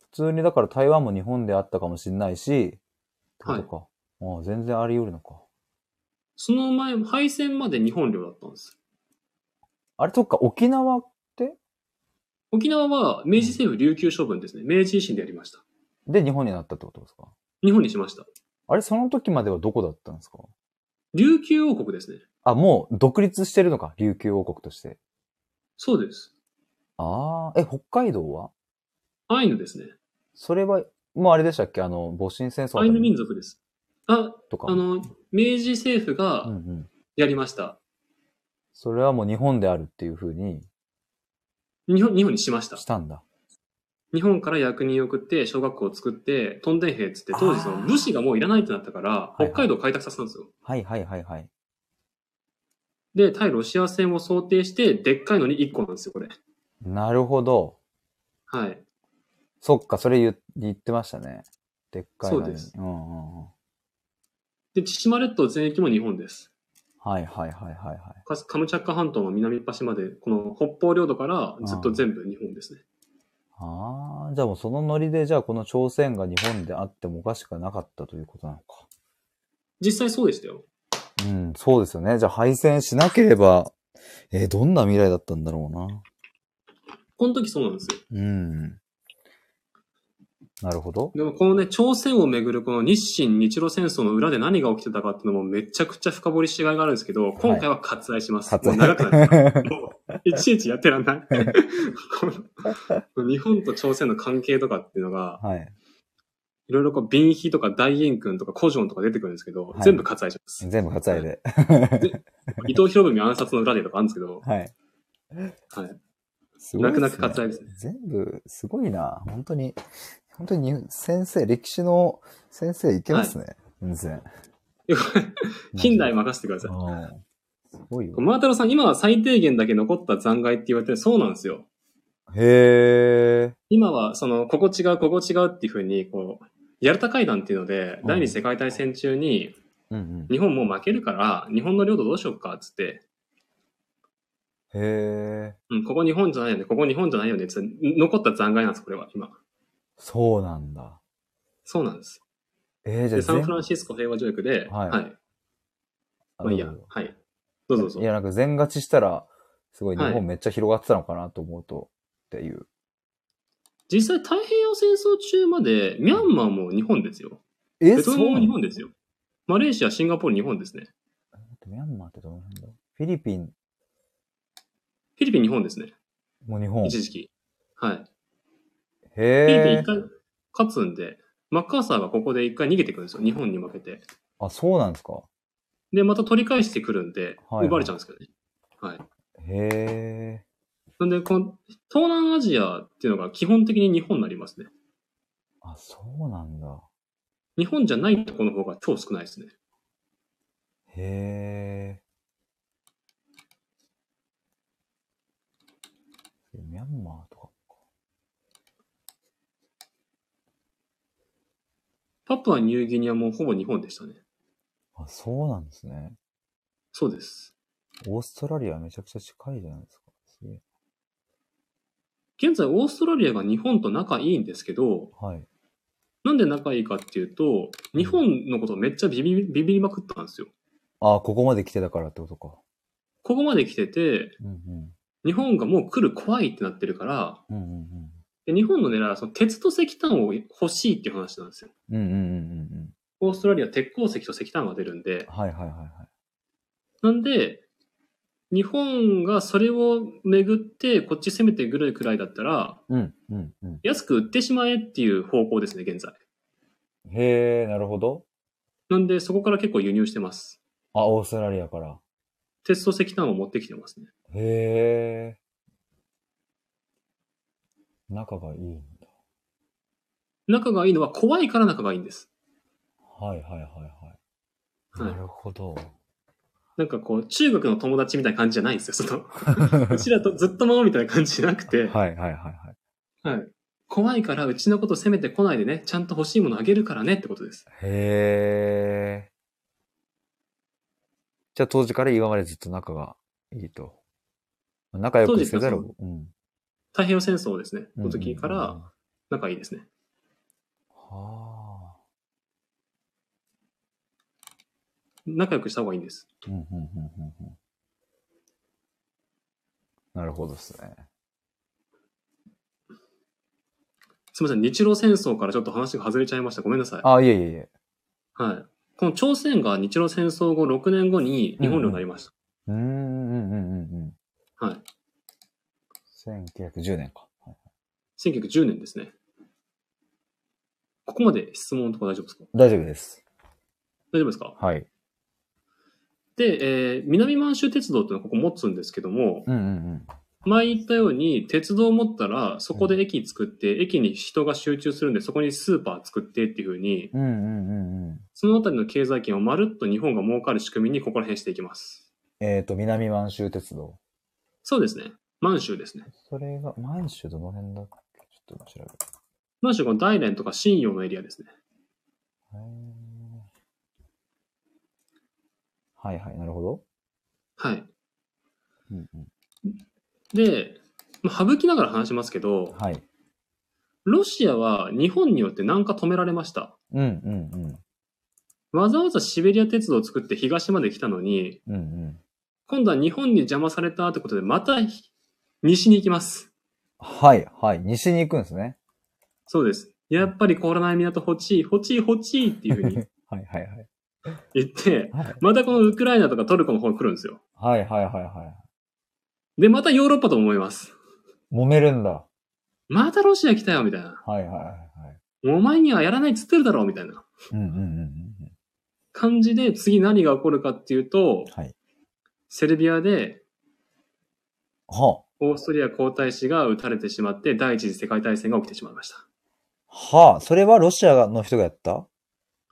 A: 普通にだから台湾も日本であったかもしれないし、ってことか。ああ、全然あり得るのか。
B: その前、敗戦まで日本領だったんです。
A: あれ、そっか、沖縄、
B: 沖縄は明治政府琉球処分ですね。明治維新でやりました。
A: で日本になったってことですか
B: 日本にしました。
A: あれ、その時まではどこだったんですか
B: 琉球王国ですね。
A: あ、もう独立してるのか、琉球王国として。
B: そうです。
A: ああ、え、北海道は
B: アイヌですね。
A: それは、もうあれでしたっけあの、戊辰戦争
B: アイヌ民族です。あ、
A: とか。
B: あの、明治政府
A: うんう
B: が
A: ん。
B: やりました。
A: それはもう日本であるっていうふうに
B: 日本、日本にしました
A: し。たんだ。
B: 日本から役人を送って、小学校を作って、トンデン兵っつって、当時その武士がもういらないってなったから、
A: いはい
B: 北海道を開拓させたんですよ。
A: はいはいはいはい。
B: で、対ロシア戦を想定して、でっかいのに1個なんですよ、これ。
A: なるほど。
B: はい。
A: そっか、それ言言ってましたね。でっかいのに
B: そうです。
A: うんうんうん。
B: で、千島列島全域も日本です。
A: はいはいはいはいはい。
B: カスカムチャッカ半島の南っ端まで、この北方領土からずっと全部日本ですね。
A: ああ、じゃあもうそのノリで、じゃあこの朝鮮が日本であってもおかしくなかったということなのか。
B: 実際そうでしたよ。
A: うん、そうですよね。じゃあ敗戦しなければ、えーどんな未来だったんだろう
B: この時そうなんですよ。
A: な。うん。なるほど。
B: でもこのね、朝鮮をめぐるこの日清日露戦争の裏で何が起きてたかっていうのもめちゃくちゃ深掘りしがいがあるんですけど、今回は割愛します。
A: 割愛
B: もう長くなっちゃ う。もういちいちやってらんない。この日本と朝鮮の関係とかっていうのが、
A: はい。
B: いろいろこう、ビンヒとか大円君とか古城とか出てくるんですけど、
A: はい
B: 全部割愛します。
A: 全部割愛で。
B: 伊藤博文暗殺の裏でとかあるんですけど、
A: はい。
B: はい。
A: すごいっすね
B: 泣く泣く割愛ですね
A: 全部、すごいな。本当に、本当に先生、歴史の先生いけますね。全然。
B: 近代任せてください。
A: うんすごいよ。
B: マータロさん、今は最低限だけ残った残骸って言われて、そうなんですよ。
A: へえ。
B: 今は、その、ここ違う、ここ違うっていうふうに、こう、ヤルタ会談っていうので、
A: うん
B: 第二次世界大戦中に、
A: うん
B: 日本もう負けるから、日本の領土どうしようか、っつって、
A: うん。へえ。
B: うん、ここ日本じゃないよね、ここ日本じゃないよね、っつって、残った残骸なんです、これは、今。
A: そうなんだ。
B: そうなんです。
A: えー、じゃあ
B: で、サンフ
A: 全
B: ランシスコ平和条約で、
A: はい
B: はい。
A: あ
B: まあいいや
A: どうぞ。
B: はい。どうぞどうぞ
A: い。や、なんか全勝ちしたら、すごい日
B: は
A: 本
B: い
A: めっちゃ広がってたのかなと思うと、っていう。
B: 実際太平洋戦争中まで、ミャンマーも日本ですよ。
A: え
B: ベトナムも日
A: の
B: 本ですよ。マレーシア、シンガポール、日本ですね。
A: ミャンマーってどの辺だフィリピン
B: フィリピン、日本ですね。
A: も日本。
B: 一時期。はい。フィリピン
A: へ
B: 一
A: ー
B: 回勝つんで、マッカーサーがここで一回逃げてくるんですよ。日本に負けて。
A: あ、そうなんですか。
B: で、また取り返してくるんで、
A: はいはい
B: 奪われちゃうんですけどね。はい。
A: へえ。
B: なんでこの、東南アジアっていうのが基本的に日本になりますね。
A: あ、そうなんだ。
B: 日本じゃないとこの方が超少ないですね。
A: へえ。ミャンマーとか。
B: パプアニューギニアもほぼ日本でしたね。
A: あ、そうなんですね。
B: そうです。
A: オーストラリアめちゃくちゃ近いじゃないですか。すげえ
B: 現在、オーストラリアが日本と仲いいんですけど、
A: はい。
B: なんで仲いいかっていうと、日本のことめっちゃビビビビりまくったんですよ。
A: あ、ここまで来てたからってことか。
B: ここまで来てて、
A: うんうん。
B: 日本がもう来る怖いってなってるから、
A: うんうんうん。
B: で日本の狙いはその鉄と石炭を欲しいっていう話なんですよ。
A: うんうんうんうんうん。
B: オーストラリア鉄鉱石と石炭が出るんで、
A: はいはいはいはい。
B: なんで、日本がそれを巡って、こっち攻めてくるくらいだったら、
A: うん、うん、うん。
B: 安く売ってしまえっていう方向ですね、現在。
A: へえ、なるほど。
B: なんで、そこから結構輸入してます。
A: あ、オーストラリアから。
B: 鉄と石炭を持ってきてますね。
A: へえ。仲がいいんだ。
B: 仲がいいのは怖いから仲がいいんです。
A: はいはいはいはい。
B: はい
A: なるほど。
B: なんかこう、中学の友達みたいな感じじゃないんですよ、その。うちらとずっともみたいな感じじゃなくて、
A: はいはいはいはい。
B: はい。怖いから、うちのこと攻めてこないでね、ちゃんと欲しいものあげるからねってことです。
A: へえ。じゃあ当時から今までずっと仲がいいと。仲良くせざる
B: 当
A: を。うん。
B: 太平洋戦争ですね、の時か
A: うんうんうんうん
B: ら仲いいですね。
A: はあ。
B: 仲良くした方がいいんです。
A: うんうんうんうんうん。なるほどですね。
B: すみません、日露戦争からちょっと話が外れちゃいました。ごめんなさい。
A: あ、いえいえいえ。
B: はい。この朝鮮が日露戦争後6年後に日本領になりまし
A: うーんうんうんうんうん。
B: た。はい。
A: 1910年か。はい
B: 1910年ですね。ここまで質問のとこ大丈夫ですか
A: 大丈夫です。
B: 大丈夫ですか
A: はい。
B: で、えー南満州鉄道っていうのはここ持つんですけども、
A: うんうん
B: 前言ったように鉄道を持ったらそこで駅作って、駅に人が集中するんでそこにスーパー作ってっていうふうに
A: うん。うんうんうんうん。
B: そのあたりの経済圏をまるっと日本が儲かる仕組みにここら辺していきます
A: えっ、と、南満州鉄道。
B: そうですね満州ですね
A: それが、満州どの辺だっけちょっと調べて。
B: 満州はこの大連とか信陽のエリアですね
A: へーはいはい、なるほど。
B: はい
A: うんうん、
B: でまあ省きながら話しますけど
A: はい。
B: ロシアは日本によって南下止められました
A: うんうんうん。
B: わざわざシベリア鉄道を作って東まで来たのに
A: うんうん。
B: 今度は日本に邪魔されたってことでまた西に行きます
A: はいはい。西に行くんですね。
B: そうです。やっぱり凍らない港ほちい、ほちい、ほちいっていうふうに
A: はいはいはい。
B: 言って、
A: はい
B: またこのウクライナとかトルコの方に来るんですよ。
A: はいはいはいは
B: で、またヨーロッパと思います。
A: い。揉めるんだ。
B: またロシア来たよ、みたいな。
A: はいはいはいはい。
B: お前にはやらないっつってるだろ、みたいな
A: うんうんうんうん
B: 感じで、次何が起こるかっていうと
A: うん。、はい。
B: セルビアで
A: は
B: オーストリア皇太子が撃たれてしまって、第一次世界大戦が起きてしまいました。
A: あ。はあ。それはロシアの人がやったっ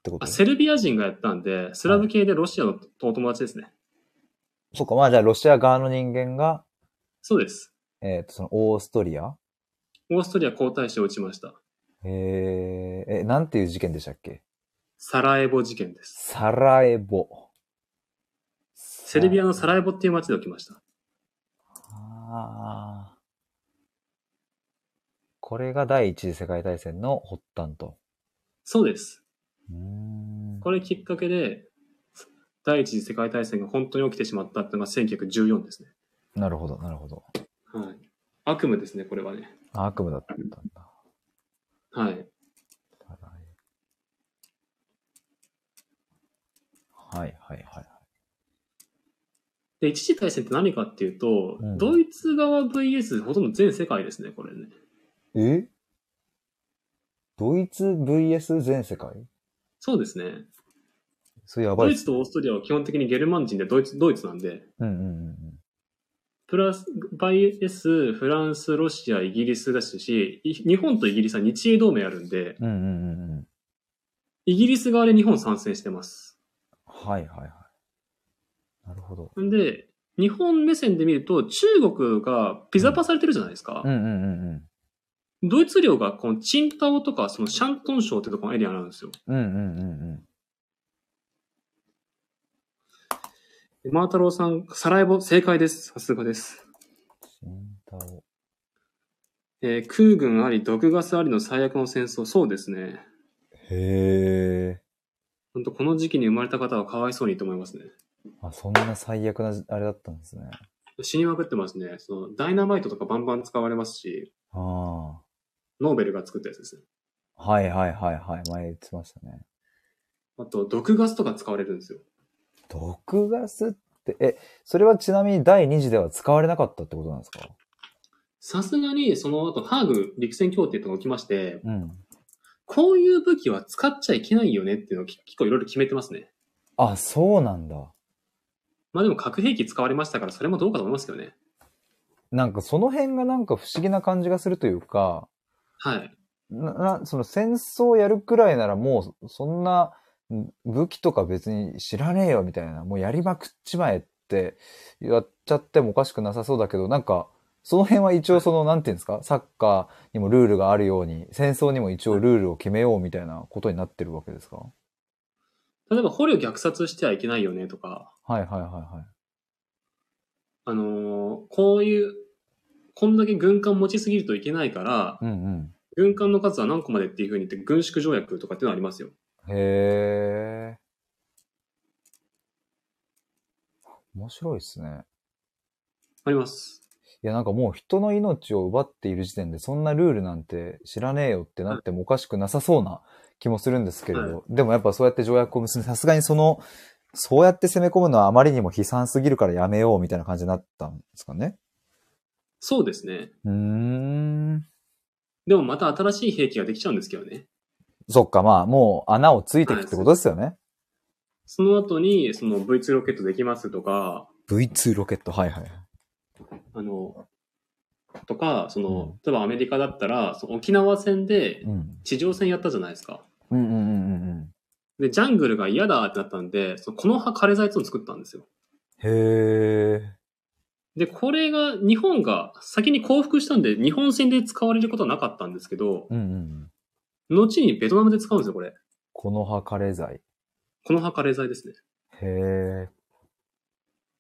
A: てこ
B: あ
A: と
B: セルビア人がやったんで、スラブ系でロシアのお友達ですね。
A: そっか。まあじゃあロシア側の人間が、
B: そうです。
A: えっ、と、そのオーストリア
B: オーストリア皇太子を撃ちました。
A: えー、え、なんていう事件でしたっけ
B: サラエボ事件です。
A: サラエボ。
B: セルビ
A: ア。
B: アのサラエボっていう街で起きました。
A: あーこれが第一次世界大戦の発端と。
B: そうです。
A: うーん
B: これきっかけで、第一次世界大戦が本当に起きてしまったっていうのが1914ですね。
A: なるほど、なるほど。
B: はい。悪夢ですね、これはね。
A: あ悪夢だったんだ。
B: はい。
A: サラエボはいはいはい。
B: で、一次大戦って何かっていうと、
A: うん
B: ドイツ側 VS ほとんど全世界ですね、これね。
A: えドイツ VS 全世界
B: そうですね。
A: それやば
B: ド
A: い
B: イ
A: っ
B: ツ
A: す。
B: とオーストリアは基本的にゲルマン人でドイツ、ドイツなんで、
A: うんうんうんうん。
B: プラス、VS、フランス、ロシア、イギリスですし、い日本とイギリスは日英同盟あるんで、
A: うんうんうんうん。
B: イギリス側で日本参戦してます。
A: はいはいはい。なるほど。
B: で、日本目線で見ると、中国がピザパされてるじゃないですか。
A: うんうんうんうん。
B: ドイツ領がこのチンタオとか、そのシャントン省ってとこのエリアなんですよ。
A: うんうんうん
B: でマータロウさん、サラエボ、正解です。さすがです。
A: うん。新太郎
B: えー空軍あり、毒ガスありの最悪の戦争。そうですね。
A: へえ。
B: 本当この時期に生まれた方はかわいそうにと思いますね。
A: あ、そんな最悪なじ、あれだったんですね。
B: 死にまくってますね。その、ダイナマイトとかバンバン使われますし、
A: あ
B: ノーベルが作ったやつですね。
A: あ。はいはいはいはい。前言ってましたね。
B: あと、毒ガスとか使われるんですよ。
A: 毒ガスって、え、それはちなみに第2次では使われなかったってことなんですか
B: さすがに、その後、ハーグ陸戦協定とか起きまして、
A: うん。
B: こういう武器は使っちゃいけないよねっていうのをき結構いろいろ決めてますね。
A: あ、そうなんだ。
B: まあでも核兵器使われましたから、それもどうかと思いますけどね。
A: なんかその辺がなんか不思議な感じがするというか、
B: はい。
A: な、なその戦争やるくらいならもうそんな武器とか別に知らねえよみたいな、もうやりまくっちまえってやっちゃってもおかしくなさそうだけど、なんかその辺は一応その、なんていうんですか、サッカーにもルールがあるように、戦争にも一応ルールを決めようみたいなことになってるわけですか
B: 例えば、捕虜虐殺してはいけないよねとか、
A: はいはいはいはい。
B: あのーこういう、こんだけ軍艦持ちすぎるといけないから、
A: うん
B: 軍艦の数は何個までっていうふうに言って、軍縮条約とかっていうのはありますよ。
A: うん。へえ。面白いですね。
B: あります。
A: いや、なんかもう人の命を奪っている時点で、そんなルールなんて知らねえよってなってもおかしくなさそうな気もするんですけれど、でもやっぱそうやって条約を結んで、さすがにその、そうやって攻め込むのはあまりにも悲惨すぎるからやめようみたいな感じになったんですかね。
B: そうですね。
A: うーん。
B: でもまた新しい兵器ができちゃうんですけどね。
A: そっか、まあ、もう穴をついていくってことですよね。
B: その後に、その V2 ロケットできますとか、
A: V2 ロケット、はいはい。
B: あの、とか、その、
A: うん
B: 例えばアメリカだったら、その沖縄戦で
A: うん。
B: 地上戦やったじゃないですか。
A: うんうんうんうん
B: で、ジャングルが嫌だってなったんで、そのこの葉枯れ剤っていうのを作ったんですよ。
A: うん。へえ。
B: で、これが、日本が先に降伏したんで、日本戦で使われることはなかったんですけど、
A: うんうん。
B: 後にベトナムで使うんですよ、これ。
A: この葉カレー剤。
B: この葉枯れ剤ですね。
A: へえ。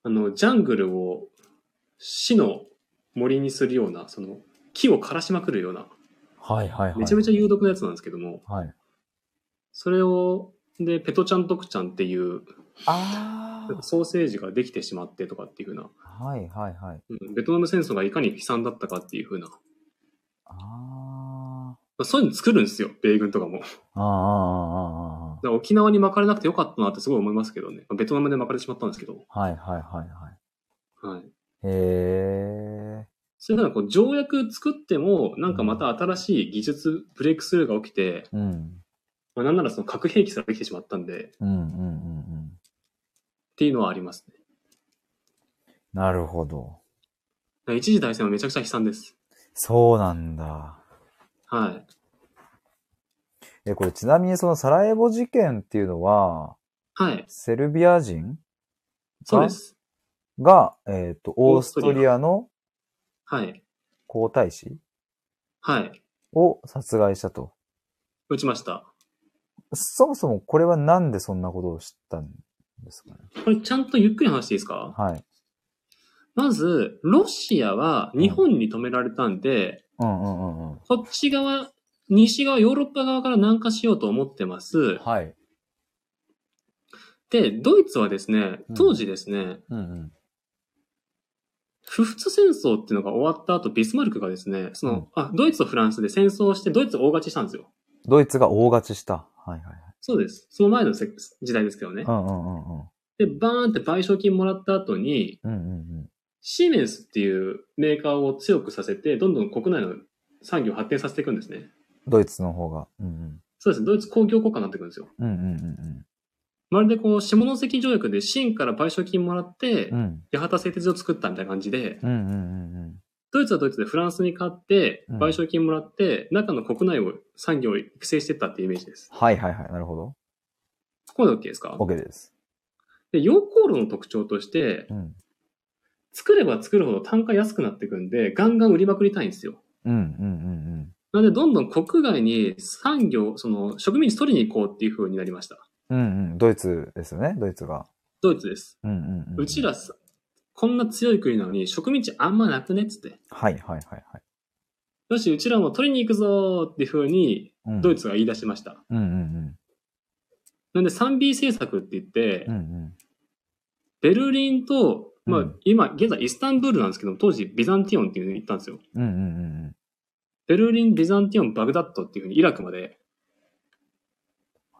B: あの、ジャングルを死の森にするような、その、木を枯らしまくるような、
A: はいはいはい。
B: めちゃめちゃ有毒なやつなんですけども、
A: はい。
B: それを、で、ペトちゃんとくちゃんっていう、
A: あ
B: なんかソーセージができてしまってとかっていうふうな、
A: あ。はいはいはい。
B: うん、ベトナム戦争がいかに悲惨だったかっていうふうな、ま
A: あ
B: あ、そういうの作るんですよ、米軍とかも。だか
A: あ。ああ、ああ、あ
B: ら沖縄に巻かれなくてよかったなってすごい思いますけどね。まあベトナムで巻かれてしまったんですけど。
A: あ。はいはいはいはい。
B: は
A: へ
B: い。
A: え。
B: そういうふうな、こう、条約作っても、なんかまた新しい技術、ブレイクスルーが起きて、
A: うん。
B: まあ、なんならその核兵器すらできてしまったんで、
A: うんうんうんうん。
B: っていうのはありますね。
A: なるほど。
B: だから一次大戦はめちゃくちゃ悲惨です。
A: そうなんだ。
B: はい。
A: え、これちなみにそのサラエボ事件っていうのは、
B: はい。
A: セルビア人
B: そうです。
A: が、えっ、と、オースト
B: オースト
A: リ
B: リ
A: アの
B: はい。
A: 皇太子
B: はい。
A: を殺害したと。
B: 撃ちました。
A: そもそもこれはなんでそんなことを知ったんですかね。
B: これちゃんとゆっくり話していいですか
A: はい。
B: まず、ロシアは日本に止められたんで、
A: うんうんうんうん。
B: こっち側、西側、ヨーロッパ側から南下しようと思ってます。
A: はい。
B: で、ドイツはですね
A: うん、
B: 当時ですね、
A: うんうん。
B: 不仏戦争っていうのが終わった後、ビスマルクがですね、その、
A: うん
B: あ、ドイツとフランスで戦争をして、ドイツ大勝ちしたんですよ。
A: ドイツが大勝ちした。はいはいはい。
B: そうです。その前のせ時代ですけどね
A: う。んうんうんうん。
B: で、バーンって賠償金もらった後に、
A: うんうん
B: シーメンスっていうメーカーを強くさせて、どんどん国内の産業を発展させていくんですね。
A: うん。ドイツの方が。うん
B: そうです。ドイツ工業国家になっていくんですよ。
A: うん。うんうんうん
B: まるでこう、下関条約で清から賠償金もらって
A: うん。う、ん。
B: 八幡製鉄所を作ったみたいな感じで、
A: うんうんうんうん。
B: ドイツはドイツでフランスに勝って、
A: うん
B: 賠償金もらって、中の国内を産業を育成していったっていうイメージです。
A: はいはいはい。なるほど。
B: ここまで OK ですか
A: OK です。
B: で、溶鉱炉の特徴として
A: う、ん。
B: 作れば作るほど単価安くなっていくんで、ガンガン売りまくりたいんですよ。
A: うんうん
B: なので、どんどん国外に産業、その、植民地取りに行こうっていう風になりました。
A: うんうん。うんうん。ドイツですよね。ドイツが。
B: ドイツです。
A: うんうんうん。
B: うち。らさ、こんな強い国なのに植民地あんまなくねっつって。
A: はいはいはいはい。
B: よし、うちらも取りに行くぞーっていう風に、
A: うん、
B: ドイ
A: ツ。
B: ツが言い出しました。
A: うんうん
B: なんで 3B 政策って言って、
A: うん。うんうん。
B: ベルリンと、まあ、
A: うん
B: 今、現在イスタンブールなんですけど、当時ビザンティオンっていうのに行ったんですよ。
A: うんうんうん
B: ベルリン、ビザンティオン、バグダッドっていう風にイラクまで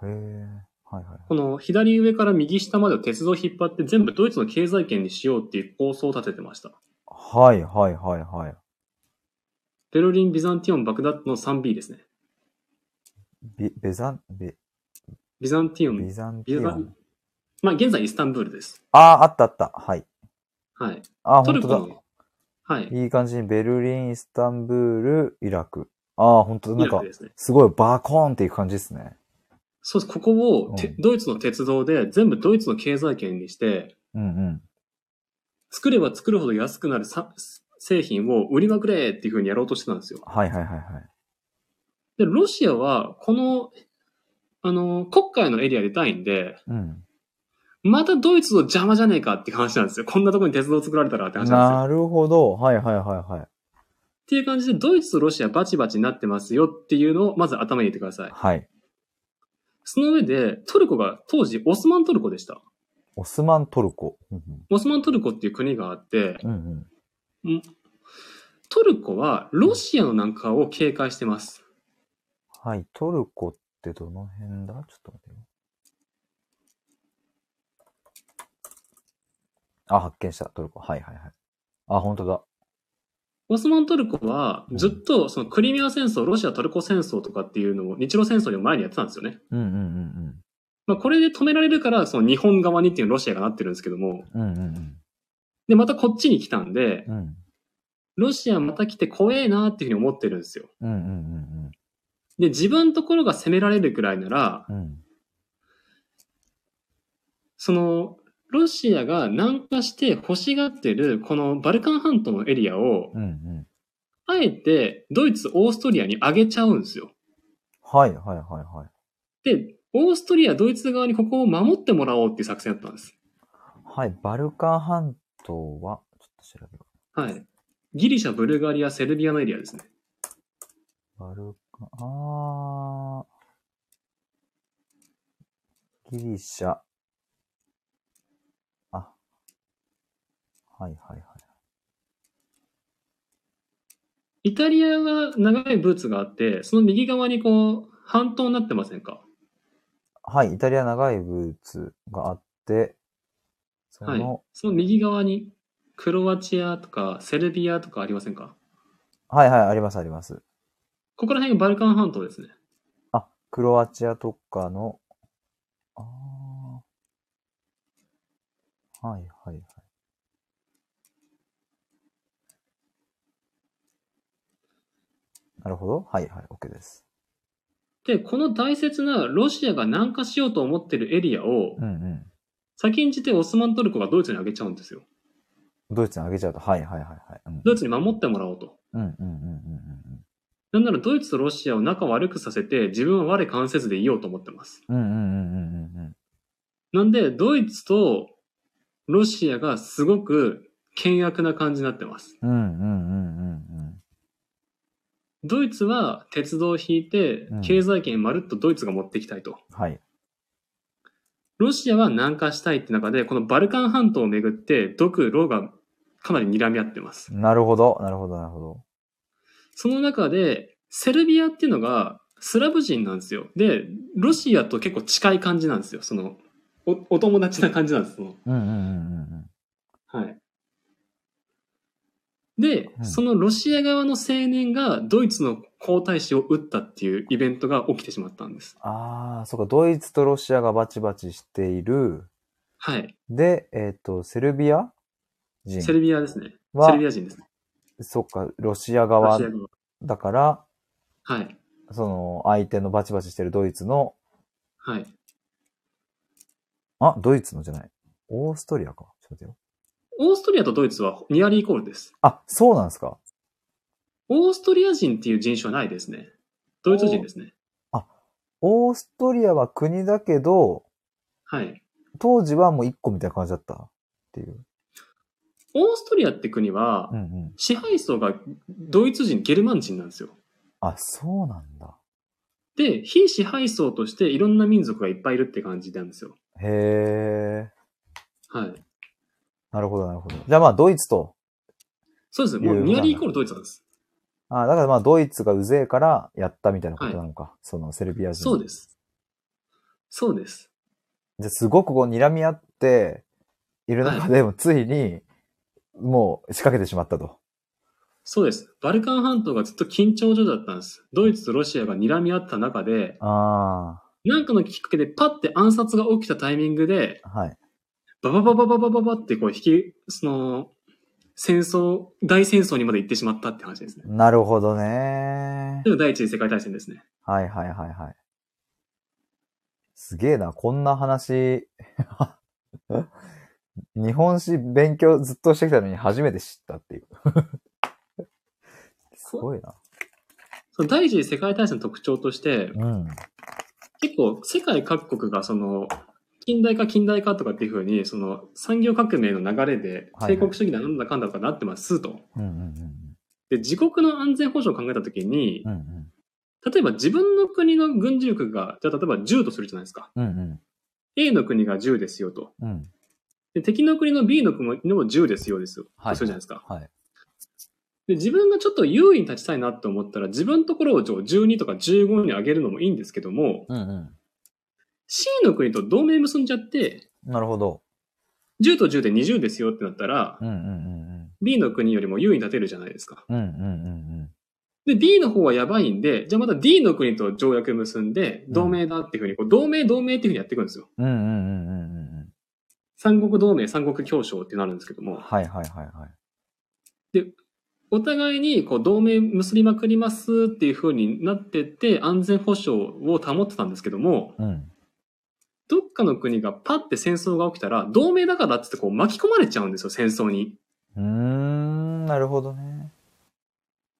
A: うん。へえ。はいはい。
B: この左上から右下までを鉄道を引っ張って全部ドイツの経済圏にしようっていう構想を立ててました。
A: はいはいはいはい。
B: ベルリン、ビザンティオン、バグダッドの 3B ですね。
A: ビベザン、ベ
B: ビザンティオ
A: ビ
B: ン、
A: ザンテ
B: ビ
A: ィ
B: ザ
A: オン
B: ン。、まあ現在イスタンブールです。
A: ああ、あったあった。はい。
B: はい。
A: ああ、
B: ト
A: 本
B: ル
A: 当
B: コ
A: だ。
B: の、はい。
A: いい感じにベルリン、イスタンブール、イラク。ああ、本当だ。な
B: イ
A: ん
B: ラ
A: か
B: ク、ですね。
A: すごいバーコーンっていく感じですね。
B: そうです。ここをて、
A: うん
B: ドイツの鉄道で全部ドイツの経済圏にして、
A: うんうん。
B: 作れば作るほど安くなるさ製品を売りまくれっていうふうにやろうとしてたんですよ。
A: はいはいはいはい。
B: で、ロシアは、この、あの、国会のエリアでたいんで、
A: うん。
B: またドイツの邪魔じゃねえかって話なんですよ。こんなとこに鉄道作られたらって話なんですよ。
A: なるほど。はいはいはいはい。
B: っていう感じで、ドイツとロシアバチバチになってますよっていうのを、まず頭に入れてください。
A: はい。
B: その上で、トルコが当時オスマントルコでした。
A: オスマントルコ。うん
B: オスマントルコっていう国があって、
A: うん。うんうん、
B: トルコはロシアのなんかを警戒してます。
A: はい。トルコってどの辺だちょっと待ってよ。あ、発見した。トルコ。はいはいはい。あ、本当だ。
B: オスマントルコはずっとそのクリミア戦争、ロシアトルコ戦争とかっていうのを日露戦争より前にやってたんですよね。
A: うんうん
B: まあこれで止められるからその日本側にっていうのロシアがなってるんですけども、
A: うんうん。うんうん
B: でまたこっちに来たんで
A: うん。う、ん。
B: ロシアまた来て怖えなっていうふうに思ってるんですよ。
A: うんうんうん
B: で、自分のところが攻められるくらいなら、
A: うん。うん。
B: その、ロシアが南下して欲しがってるこのバルカン半島のエリアを
A: う、んうん。
B: あえてドイツ、オーストリアに上げちゃうんですよ。
A: はいはいはいはい。
B: で、オーストリア、ドイツ側にここを守ってもらおうっていう作戦だったんです。
A: はい。バルカン半島は、ちょっと調べよう。
B: はい。ギリシャ、ブルガリア、セルビアのエリアですね。
A: バルカン、あー。ギリシャ。あ。はいはいはい。
B: イタリアが長いブーツがあって、その右側にこう、半島になってませんか
A: はい、イタリア長いブーツがあって、そ
B: はい
A: の、。
B: その右側に、クロアチアとか、セルビアとかありませんか
A: はい、はい、ありますあります。
B: ここら辺がバルカン半島ですね。
A: あ、クロアチアとかの、ああ。はいはいはい。なるほど。はいはい、OK です。
B: で、この大切なロシアが南下しようと思ってるエリアを
A: う、んうん。
B: 先んじてオスマントルコがドイツに上げちゃうんですよ。
A: ドイツにあげちゃうと、はいはいはいはい。うん
B: ドイツに守ってもらおうと。
A: うんうんうんうん
B: なんならドイツとロシアを仲悪くさせて、自分は我関せずでいようと思ってます。
A: うんうん。うんうんうんうんうん
B: なんで、ドイツとロシアがすごく険悪な感じになってます。
A: うん。うんうんうんうんうん。
B: ドイツは鉄道を引いて
A: うん、
B: 経済圏まるっとドイツが持っていきたいと。
A: はい。
B: ロシアは南下したいって中で、このバルカン半島をめぐって、独ロがかなり睨み合ってます。
A: なるほど。なるほど、なるほど。
B: その中で、セルビアっていうのがスラブ人なんですよ。で、ロシアと結構近い感じなんですよ。その、お、お友達な感じなんです。その
A: うんうんうんうんうん。
B: はい。で、
A: うん
B: そのロシア側の青年がドイツの皇太子を撃ったっていうイベントが起きてしまったんです。
A: ああ、そうか、ドイツとロシアがバチバチしている。
B: はい。
A: で、えっ、と、セルビア人
B: セルビアですね。
A: は
B: セルビア人ですね。
A: そっか、ロシア
B: ロ
A: 側
B: シア側。
A: だから、
B: はい。
A: その、相手のバチバチしてるドイツの、
B: はい。
A: あ、ドイツのじゃない。オーストリアか。ちょっと待ってよ。
B: オーストリアとドイツはニアリーイコールです。
A: あ、そうなんですか。
B: オーストリア人っていう人種はないですね。ドイツ人ですね。
A: オーストリアは国だけど、
B: はい。
A: 当時はもう一個みたいな感じだったっていう。
B: オーストリアって国は
A: うん、うん。
B: 支配層がドイツ人、ゲルマン人なんですよ。
A: あ、そうなんだ。
B: で、非支配層としていろんな民族がいっぱいいるって感じなんですよ。
A: へえ。
B: はい。
A: なるほど、なるほど。じゃあまあ、ドイツと。
B: そうです。もうニアリーイコールドイツなんです。
A: あだからまあ、ドイツがうぜえからやったみたいなことなのか。その、セルビア人。
B: そうです。そうです。
A: ですごくこう睨み合っている中でもついに、もう仕掛けてしまったと。
B: そうです。バルカン半島がずっと緊張状態だったんです。ドイツとロシアが睨み合った中で、
A: あ
B: なんかのきっかけでパッて暗殺が起きたタイミングで、
A: あ、はい。
B: ババババババババってこう引き、その、戦争、大戦争にまで行ってしまったって話ですね。
A: なるほどね
B: そ。れが第一次世界大戦ですね。
A: はいはいはいはい。すげえな、こんな話。 日本史勉強ずっとしてきたのに初めて知ったっていう。 すごいな。
B: その第一次世界大戦の特徴として、
A: うん。
B: 結構世界各国がその、近代化近代化とかっていうふうに、その産業革命の流れで、
A: はいはい
B: 帝国主義だなんだかんだとかなってますと。
A: うんうん
B: で、自国の安全保障を考えたときに
A: うん。う、ん
B: 例えば自分の国の軍事力が、じゃあ例えば10とするじゃないですか。
A: うん。うん
B: A の国が10ですよと。
A: うん。うん。
B: で、敵の国の B の国も10ですよですよ。
A: はい
B: とするじゃないですか。
A: はい。
B: で、自分がちょっと優位に立ちたいなと思ったら、自分のところをじゃあ12とか15に上げるのもいいんですけども、
A: うんう
B: C の国と同盟結んじゃって、
A: ん。なるほど。
B: 10と10で20ですよってなったら
A: う、んうんうん
B: B の国よりも優位に立てるじゃないですか。
A: うん。うんうんうん
B: で、D の方はやばいんで、じゃあまた D の国と条約結んで、
A: うん
B: 同盟だっていうふうに、こう同盟同盟っていうふうにやっていくんですよ。
A: うん。うんうんうんうんうん。
B: 三国同盟、三国協商ってなるんですけども、
A: はいはいはいはい。
B: お互いにこう同盟結びまくりますっていうふうになってって、安全保障を保ってたんですけども、
A: うん。
B: どっかの国がパッて戦争が起きたら、同盟だからっつってこう巻き込まれちゃうんですよ、戦争に。
A: うーん、なるほどね。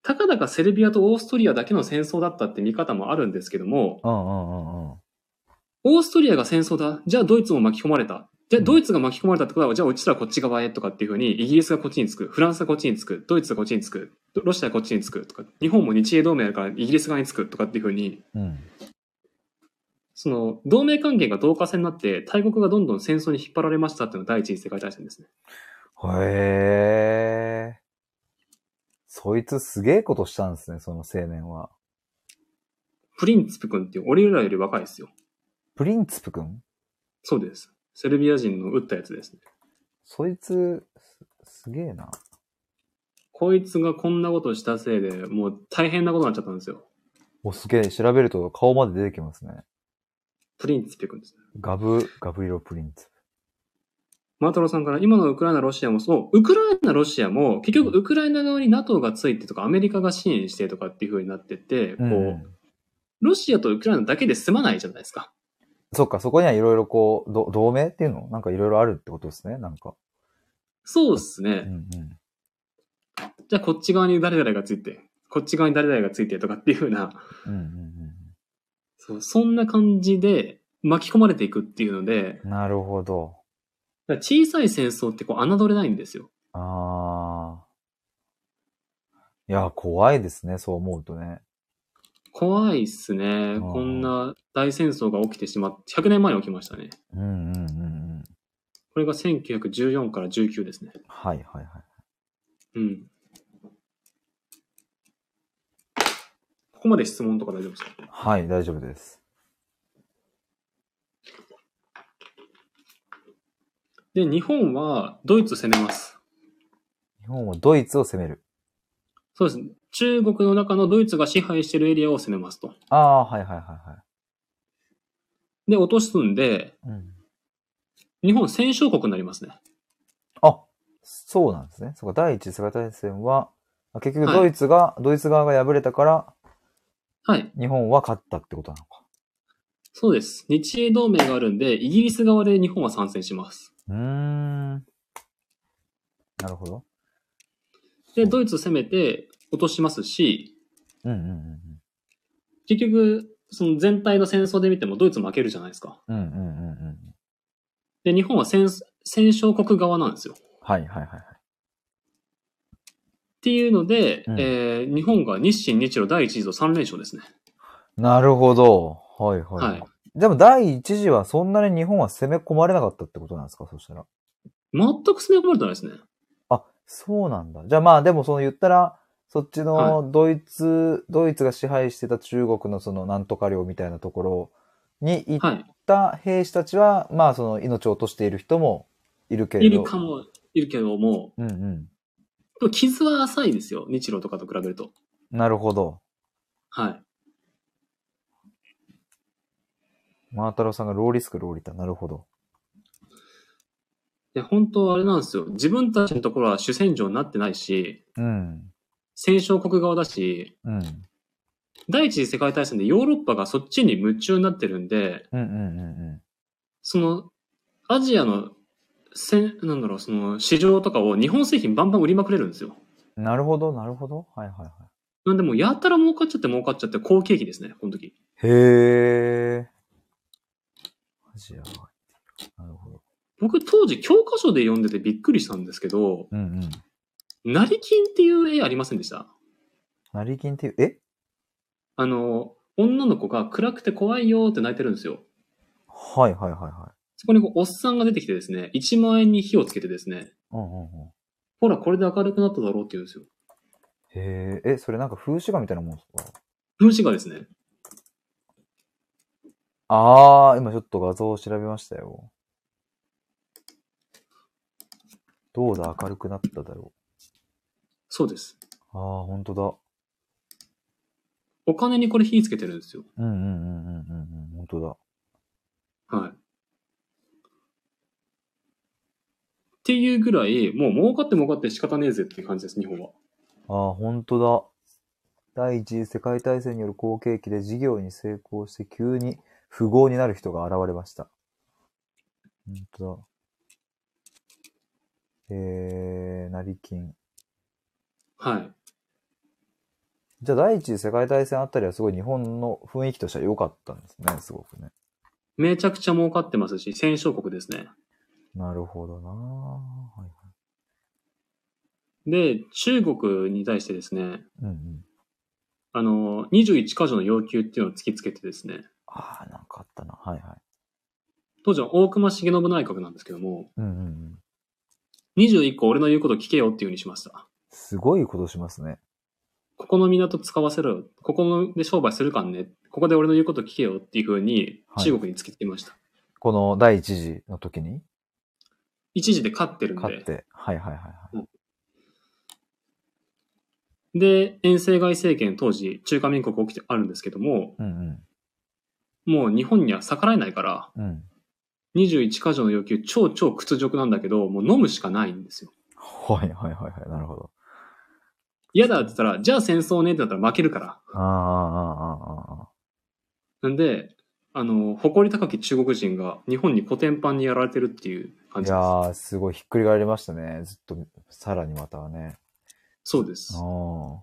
B: たかだかセルビアとオーストリアだけの戦争だったって見方もあるんですけども、
A: うんうんうんうん。
B: オーストリアが戦争だ。じゃあドイツも巻き込まれた。じゃあドイツが巻き込まれたってことは、じゃあうちらこっち側へとかっていうふうに、イギリスがこっちにつく、フランスがこっちにつく、ドイツがこっちにつく、ロシアがこっちにつくとか、日本も日英同盟だからイギリス側につくとかっていうふうに、
A: うん。
B: その同盟関係が同化線になって、大国がどんどん戦争に引っ張られましたっていうのが第一次世界大戦ですね。
A: へえ。そいつすげえことしたんですね、その青年は。
B: プリンツプ君っていう俺らより若いですよ。
A: プリンツプ君
B: そうです。セルビア人の撃ったやつですね。
A: そいつ、すすげえな。
B: こいつがこんなことしたせいで、もう大変なことになっちゃったんですよ。
A: お、すげえ。調べると顔まで出てきますね。
B: プリンツプ君です。
A: ガブ、ガブリロ・プリンツ。
B: マトロさんから今のウクライナ、ロシアもそう、ウクライナ、ロシアも結局ウクライナ側に NATO がついてとかアメリカが支援してとかっていう風になってて、こう、
A: うん。
B: ロシアとウクライナだけで済まないじゃないですか。
A: そっか、そこにはいろいろこう、ど同盟っていうのなんかいろいろあるってことですね、なんか。
B: そうです
A: う
B: ね。
A: んうん。
B: じゃあこっち側に誰々がついて、こっち側に誰々がついてとかっていう風な、
A: うんうん
B: そうそんな感じで巻き込まれていくっていうので、
A: うん。なるほど。
B: だから小さい戦争ってこう侮れないんですよ。
A: ああ。いや、怖いですね、そう思うとね。
B: 怖いっすね。
A: ー
B: こんな大戦争が起きてしまって、100年前に起きましたね。
A: うんうんうんうん。
B: これが1914から19ですね。
A: はいはいはい。
B: うん。ここまで質問とか大丈夫ですか
A: はい、大丈夫です。
B: で、日本はドイツ攻めます。
A: 日本はドイツを攻める。
B: そうですね。中国の中のドイツが支配してるエリアを攻めますと。
A: ああ、はいはいは
B: で、落とすんで、
A: いはい。うん、
B: 日本戦勝国になりますね。
A: あ、そうなんですね。そうか、第一次世界大戦は、あ結局
B: はい
A: ドイツが、ドイツ側が敗れたから、
B: はい。
A: 日本は勝ったってことなのか。
B: そうです。日英同盟があるんで、イギリス側で日本は参戦します。
A: うーん。なるほど。
B: で、ドイツ攻めて落としますし、
A: うんうんうん
B: 結局、その全体の戦争で見てもドイツ負けるじゃないですか。
A: うん。うんうんうんうん。
B: で、日本は戦、戦勝国側なんですよ。
A: はいはいはいはい。
B: っていうので、
A: うん
B: えー日本が日清日露第一次と3連勝ですね。
A: なるほど。はいはい。
B: はい
A: でも第一次はそんなに日本は攻め込まれなかったってことなんですかそしたら。
B: 全く攻め込まれてないですね。
A: あ、そうなんだ。じゃあまあでもその言ったら、そっちのドイツ、ドイツが支配してた中国のそのなんとか領みたいなところに行っ
B: は
A: た兵士たちは、まあその命を落としている人もいるけれ
B: い。
A: ど。
B: いるかも、いるけども、
A: うんうん。
B: でも傷は浅いですよ。日露とかと比べると。
A: なるほど。
B: はい。
A: マータロウさんがローリスク、ローリター。なるほど。
B: で、本当あれなんですよ。自分たちのところは主戦場になってないし、
A: うん。
B: 戦勝国側だし、
A: うん。
B: 第一次世界大戦でヨーロッパがそっちに夢中になってるんで、
A: うんうんうん
B: その、アジアの、せん、なんだろう、その、市場とかを日本製品バンバン売りまくれるんですよ。
A: うん。なるほど、なるほど。はいはいは
B: なんでもうやたら儲かっちゃって儲かっちゃって好景気ですね、この時。
A: い。へえ。アジアは。なるほど。
B: 僕当時教科書で読んでてびっくりしたんですけど、
A: うんうん。
B: 成金っていう絵ありませんでした
A: 成金っていう、え
B: あの、女の子が暗くて怖いよーって泣いてるんですよ。
A: はいはいはいは
B: そこにこうおっさんが出てきてですね、1万円に火をつけてですね、
A: い。うんうんうん。
B: ほら、これで明るくなっただろうって言うんですよ。
A: へえ、え、それなんか風刺画みたいなもんですか
B: 風刺画ですね。
A: あー、今ちょっと画像を調べましたよ。どうだ、明るくなっただろ
B: そうです。
A: う。あー、ほんとだ。
B: お金にこれ火つけてるんですよ。
A: うんうんうんうんうんうん、ほんとだ。
B: はい。っていうぐらい、もう儲かって儲かって仕方ねえぜっていう感じです、日本は。
A: あー、ほんとだ。第一次世界大戦による好景気で事業に成功して急に富豪になる人が現れました。ほんとだ。えー、成金。
B: はい。
A: じゃあ第一次世界大戦あたりはすごい日本の雰囲気としては良かったんですね、すごくね。
B: めちゃくちゃ儲かってますし、戦勝国ですね。
A: なるほどなぁはい
B: で、中国に対してですね、
A: うんうん。
B: あの、21箇条の要求っていうのを突きつけてですね、
A: ああ、なんかあったな。はいはい。
B: 当時は大隈重信内閣なんですけども、
A: うんうんうん。
B: 21個俺の言うこと聞けよっていうふうにしました。
A: すごいことしますね。
B: ここの港使わせろよ。ここので商売するかんね。ここで俺の言うこと聞けよっていうふうに
A: はい
B: 中国に突きつけました。
A: この第一次の時に
B: 一時で勝ってるん
A: 勝っ
B: で。
A: て。はいはいはいはい。
B: で、遠征外政権当時中華民国起きてあるんですけども、
A: うん
B: もう日本には逆らえないから、
A: うん。うん。
B: 21箇条の要求超超屈辱なんだけど、もう飲むしかないんですよ。
A: はいはいはいはい。なるほど。
B: 嫌だって言ったら、じゃあ戦争ねってなったら負けるから。
A: ああ、ああ、ああ、ああ。
B: なんで、あの、誇り高き中国人が日本にコテンパンにやられてるっていう感
A: い
B: じ
A: や
B: です。
A: ー、すごいひっくり返りましたね。ずっと、さらにまたはね。
B: そうです
A: ああ。。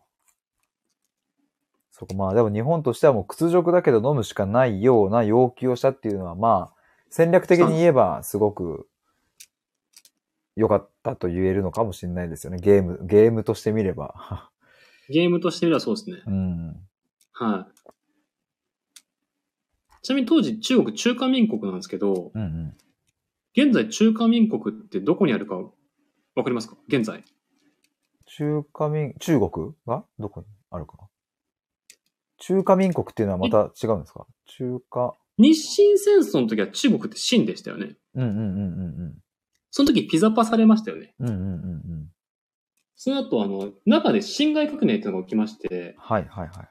A: そこまあ、でも日本としてはもう屈辱だけど飲むしかないような要求をしたっていうのは、まあ、戦略的に言えばすごく良かったと言えるのかもしれないですよね。ゲーム、ゲームとして見れば。
B: ゲームとしてみればそうですね。
A: うん。
B: はい。ちなみに当時中国中華民国なんですけど
A: うんう、ん。
B: 現在中華民国ってどこにあるかわかりますか現在。
A: 中華民、中国がどこにあるかな中華民国っていうのはまた違うんですか中華。
B: 日清戦争の時は中国って清でしたよね。
A: うんうんうんうん
B: その時ピザパされましたよね。
A: うん。うんうんうんうん。
B: その後、あの、中で辛亥革命っていうのが起きまして、
A: はいはいはい。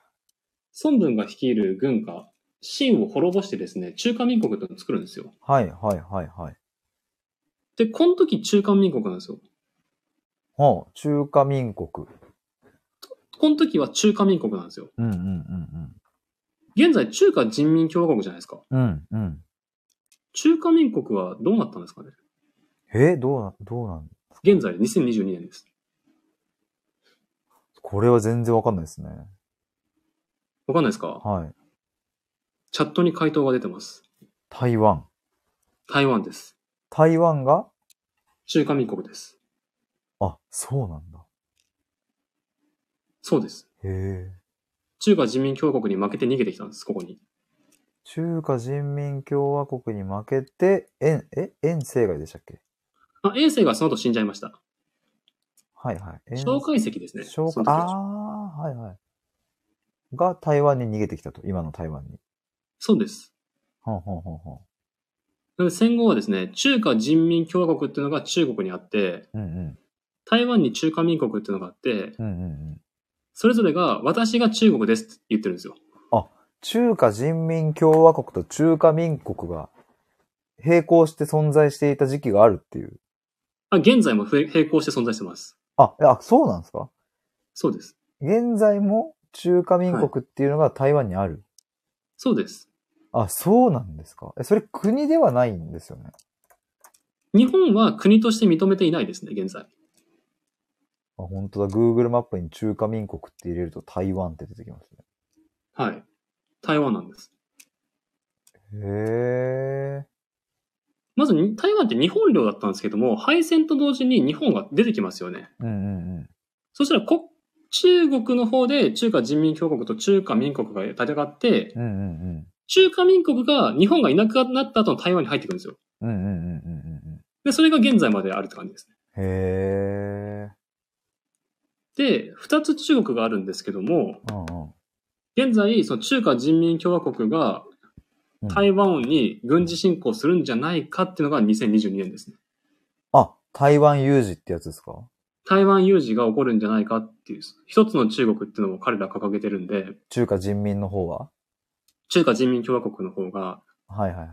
B: 孫文が率いる軍が、清を滅ぼしてですね、中華民国っていうのを作るんですよ。
A: はいはいはいはい。
B: で、この時中華民国なんですよ。
A: ほう、中華民国。
B: この時は中華民国なんですよ。
A: うんうんうん
B: 現在中華人民共和国じゃないですか。
A: うん。うんうん。
B: 中華民国はどうなったんですかね
A: え、どうな、どうなん
B: 現在2022年です。
A: これは全然わかんないですね。
B: わかんないですか
A: はい。
B: チャットに回答が出てます。
A: 台湾。
B: 台湾です。
A: 台湾が
B: 中華民国です。
A: あ、そうなんだ。
B: そうです。
A: へえ。
B: 中華人民共和国に負けて逃げてきたんです、ここに。
A: 中華人民共和国に負けて、遠、え、遠征外でしたっけ
B: あ、衛星がその後死んじゃいました。
A: はいはい。
B: 蒋介石ですね。
A: 紹介
B: その。時は
A: ああー、はいはい。が台湾に逃げてきたと。今の台湾に。
B: そうです。
A: ほうほうほうほ
B: なので戦後はですね、中華人民共和国っていうのが中国にあって、
A: う。うんうん。
B: 台湾に中華民国っていうのがあって、
A: うんうんうん。
B: それぞれが私が中国ですって言ってるんですよ。
A: 中華人民共和国と中華民国が並行して存在していた時期があるっていう。
B: あ現在もふ並行して存在してます。
A: あ、いや、そうなんですか
B: そうです。
A: 現在も中華民国っていうのが台湾にある。
B: そうです。
A: あ、そうなんですかえ、それ国ではないんですよね。
B: 日本は国として認めていないですね、現在。
A: あ、本当だ。Google マップに中華民国って入れると台湾って出てきます
B: はい。台湾なんです。
A: ね。へえ。
B: まずに台湾って日本領だったんですけども、敗戦と同時に日本が出てきますよね。
A: うんうんうん。
B: そしたらこ中国の方で中華人民共和国と中華民国が戦って、
A: うんうん
B: 中華民国が日本がいなくなった後の台湾に入ってくるんですよ。
A: うん。うんうんうんうんうん
B: で、それが現在まであるって感じですね。
A: うん。へえ。
B: で、二つ中国があるんですけども、
A: うんうん
B: 現在、その中華人民共和国が
A: うん。
B: 台湾に軍事侵攻するんじゃないかっていうのが2022年ですね。
A: あ、台湾有事ってやつですか
B: 台湾有事が起こるんじゃないかっていう、一つの中国っていうのを彼ら掲げてるんで、
A: 中華人民の方は
B: 中華人民共和国の方が、
A: はいはいはい。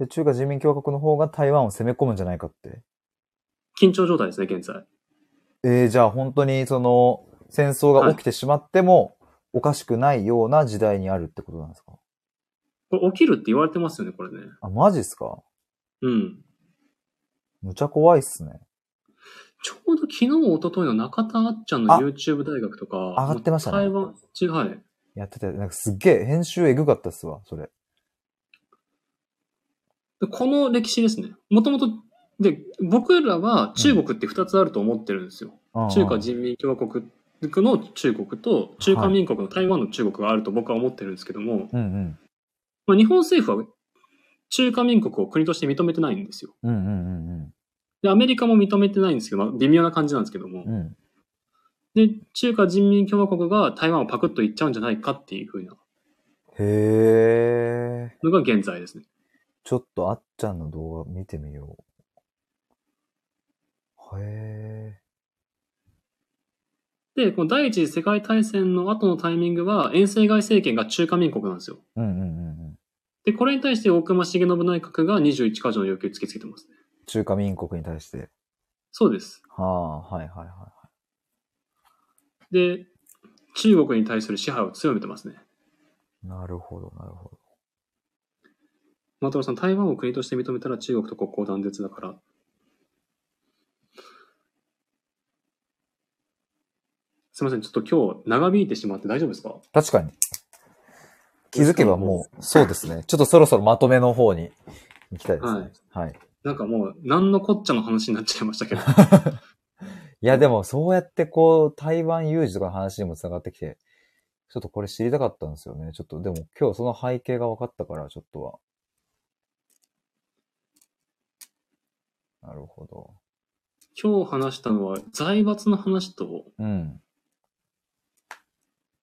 A: で、中華人民共和国の方が台湾を攻め込むんじゃないかって。
B: 緊張状態ですね、現在。
A: えー、じゃあ本当にその、戦争が起きてしまっても、おかしくないような時代にあるってことなんですか
B: これ起きるって言われてますよね、これね。
A: あ、マジっすか
B: うん。
A: むちゃ怖いっすね。
B: ちょうど昨日、一昨日の中田あっちゃんの
A: あ
B: YouTube 大学とか、上
A: がってましたね
B: 台湾、ちはい。
A: やってて、なんかすっげえ編集エグかったっすわ、それ。
B: でこの歴史ですね。もともと、で、僕らは中国って二つあると思ってるんですよ。
A: うんうん
B: 中華人民共和国の中国と、中華民国の台湾の中国があると僕は思ってるんですけども、
A: うん
B: まあ、日本政府は中華民国を国として認めてないんですよ。
A: うん。うんうん
B: で、アメリカも認めてないんですけど、まあ、微妙な感じなんですけども
A: うんう。ん。うん。
B: で、中華人民共和国が台湾をパクッといっちゃうんじゃないかっていうふうな
A: へえ。
B: のが現在ですね。
A: ちょっとあっちゃんの動画見てみよう。へえ。
B: で、この第一次世界大戦の後のタイミングは、遠征外政権が中華民国なんですよ。
A: うんうんうんうん。
B: で、これに対して大隈重信内閣が21箇条の要求を突きつけてますね。
A: 中華民国に対して。
B: そうです。
A: はあ、はいはいは
B: で、中国に対する支配を強めてますね。
A: い。なるほど、なるほど。
B: マトロさん、台湾を国として認めたら中国と国交断絶だから。すみません、ちょっと今日長引いてしまって大丈夫ですか
A: 確かに。気づけばもう、そうですね。ちょっとそろそろまとめの方に行きたいですね。はい。い、
B: なんかもう、何のこっちゃの話になっちゃいましたけど。
A: や、でもそうやってこう、台湾有事とかの話にも繋がってきて、ちょっとこれ知りたかったんですよね。ちょっと、でも今日その背景が分かったから、ちょっとは。なるほど。
B: 今日話したのは、財閥の話と、
A: うん。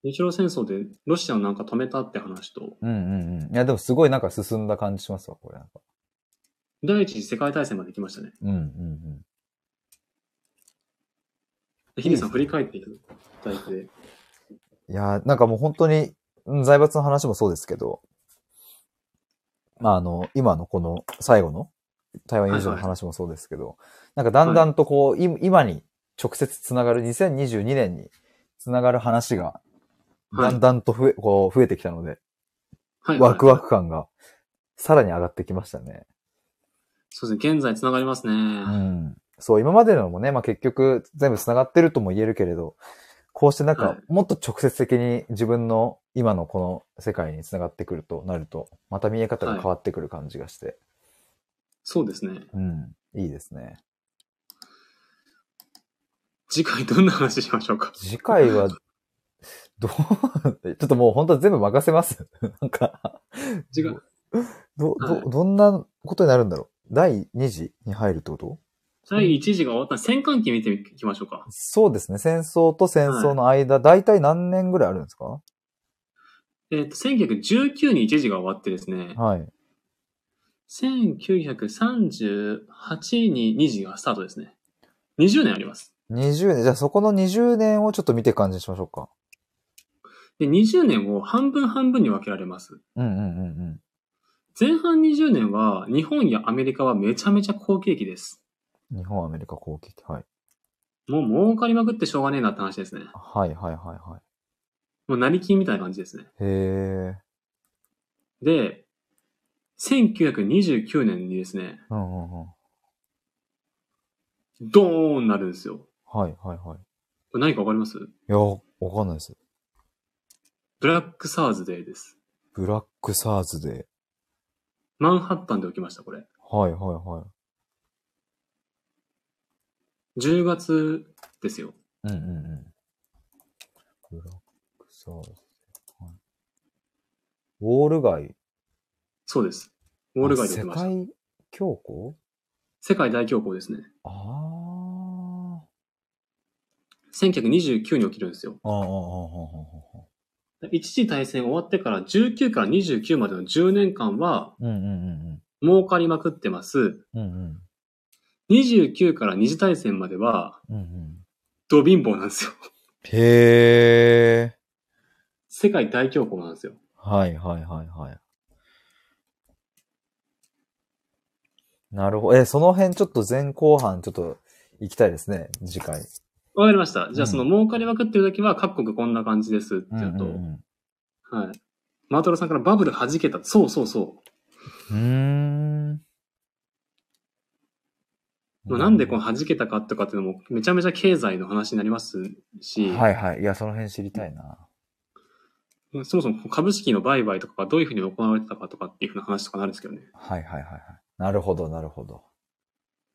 B: 日露戦争でロシアをなんか止めたって話と、
A: うんうんうん。いや、でもすごいなんか進んだ感じしますわ、これ。なんか
B: 第一次世界大戦まで来ましたね。
A: うんうんうん。
B: でヒデさん振り返っていただいて、
A: いやー、なんかもう本当に、うん財閥の話もそうですけど、まああの、今のこの最後の台湾有事の話もそうですけど、なんかだんだんとこう、い今に直接つながる、2022年につながる話が、
B: は
A: だ
B: い
A: んだんと増え、こう増えてきたので、
B: はい。
A: ワク
B: はい。
A: ワク感がさらに上がってきましたね。
B: そうですね、現在つながりますね。
A: うん。そう、今までのもね、まあ結局全部つながってるとも言えるけれど、こうしてなん
B: は
A: か
B: い、
A: もっと直接的に自分の今のこの世界につながってくるとなると、また見え方が変わってくる感じがして、
B: そうですね。
A: うん、いいですね。
B: 次回どんな話しましょうか。
A: 次回は、どう、ちょっともう本当は全部任せます。 なんか、
B: 次回、
A: ど、
B: はい
A: ど、どんなことになるんだろう。第2次に入るってこと
B: 第1次が終わったら戦艦機見ていきましょうか。
A: そうですね。戦争と戦争の間、だいたい何年ぐらいあるんですか
B: えっ、と、1919に一時が終わってですね、
A: はい。
B: 1938に二時がスタートですね。20年あります。
A: 20年、じゃあそこの20年をちょっと見ていく感じにしましょうか。
B: で、20年を半分半分に分けられます。
A: うんうんうん
B: 前半20年は、日本やアメリカはめちゃめちゃ好景気です。
A: うん。日本、アメリカ攻撃。はい。
B: もう儲かりまくってしょうがねえなって話ですね。
A: はいはいはいは
B: もう成金みたいな感じですね。
A: い。へえ。
B: で、1929年にですね、
A: うんうんうん。
B: ドーンなるんですよ。
A: はいはいはい。
B: これ何かわかります
A: いや、わかんないです。
B: ブラックサーズデーです。
A: ブラックサーズデ
B: マンハッタンで起きました、これ。
A: ー。はいはいは
B: 10月ですよ。
A: い。うんうんうん。ブラックサーズデー。はい、ウォール街。
B: そうです。ウォール街で起きま
A: あ
B: した。
A: 世界恐慌
B: 世界大恐慌ですね。
A: ああ。
B: 1929に起きるんですよ。
A: ああ、ああ、ああ、ああ。
B: 一次大戦終わってから19から29までの10年間は
A: うんうんうん
B: 儲かりまくってます。
A: うん。うんうん。
B: 29から二次大戦までは
A: うんうん。
B: ド貧乏なんですよ。
A: へえ。
B: 世界大恐慌なんですよ。
A: はいはいはいはい。なるほど。え、その辺ちょっと前後半ちょっと行きたいですね、次回。
B: わかりました。じゃ
A: うん
B: あその儲かりまくってる時は各国こんな感じですっていうと、
A: うん
B: はい。マートロさんからバブル弾けた。そうそうそ
A: うん。う
B: う。
A: ー
B: まあ、なんでこの弾けたかとかっていうのもめちゃめちゃ経済の話になりますし、
A: はいはい。いや、その辺知りたいな。
B: そもそも株式の売買とかがどういうふうに行われてたかとかっていうふうな話とかなるんですけどね。
A: はいはいはいはい。なるほど、なるほど。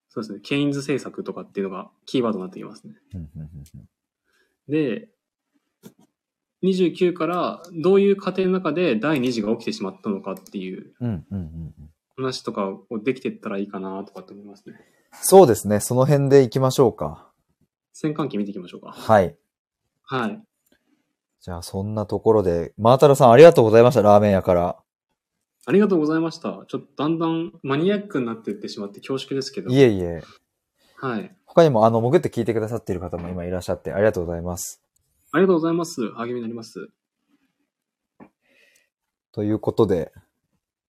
B: そうですね。ケインズ政策とかっていうのがキーワードになってきますね。
A: うんうんうんうん
B: で、29からどういう過程の中で第2次が起きてしまったのかっていう
A: うんうんうんうん。
B: 話とかをできていったらいいかなとかって思いますね。
A: そうですね。その辺で行きましょうか。
B: 戦艦機見ていきましょうか。
A: はい。
B: はい。
A: じゃあ、そんなところで、マータロさんありがとうございました、ラーメン屋から。
B: ありがとうございました。ちょっとだんだんマニアックになっていってしまって恐縮ですけど。
A: いえいえ。
B: はい。
A: 他にも、あの、潜って聞いてくださっている方も今いらっしゃって、ありがとうございます。
B: ありがとうございます。励みになります。
A: ということで、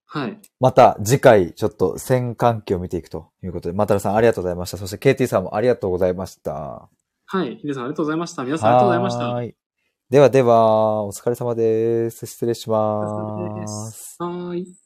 B: はい。
A: また次回、ちょっと戦艦機を見ていくということで、マタラさんありがとうございました。そして KT さんもありがとうございました。
B: はい。ヒデさんありがとうございました。皆さんありがとうございました。
A: はーいではでは、お疲れ様です。失礼し
B: お疲れ様
A: ま。
B: ですすはーい。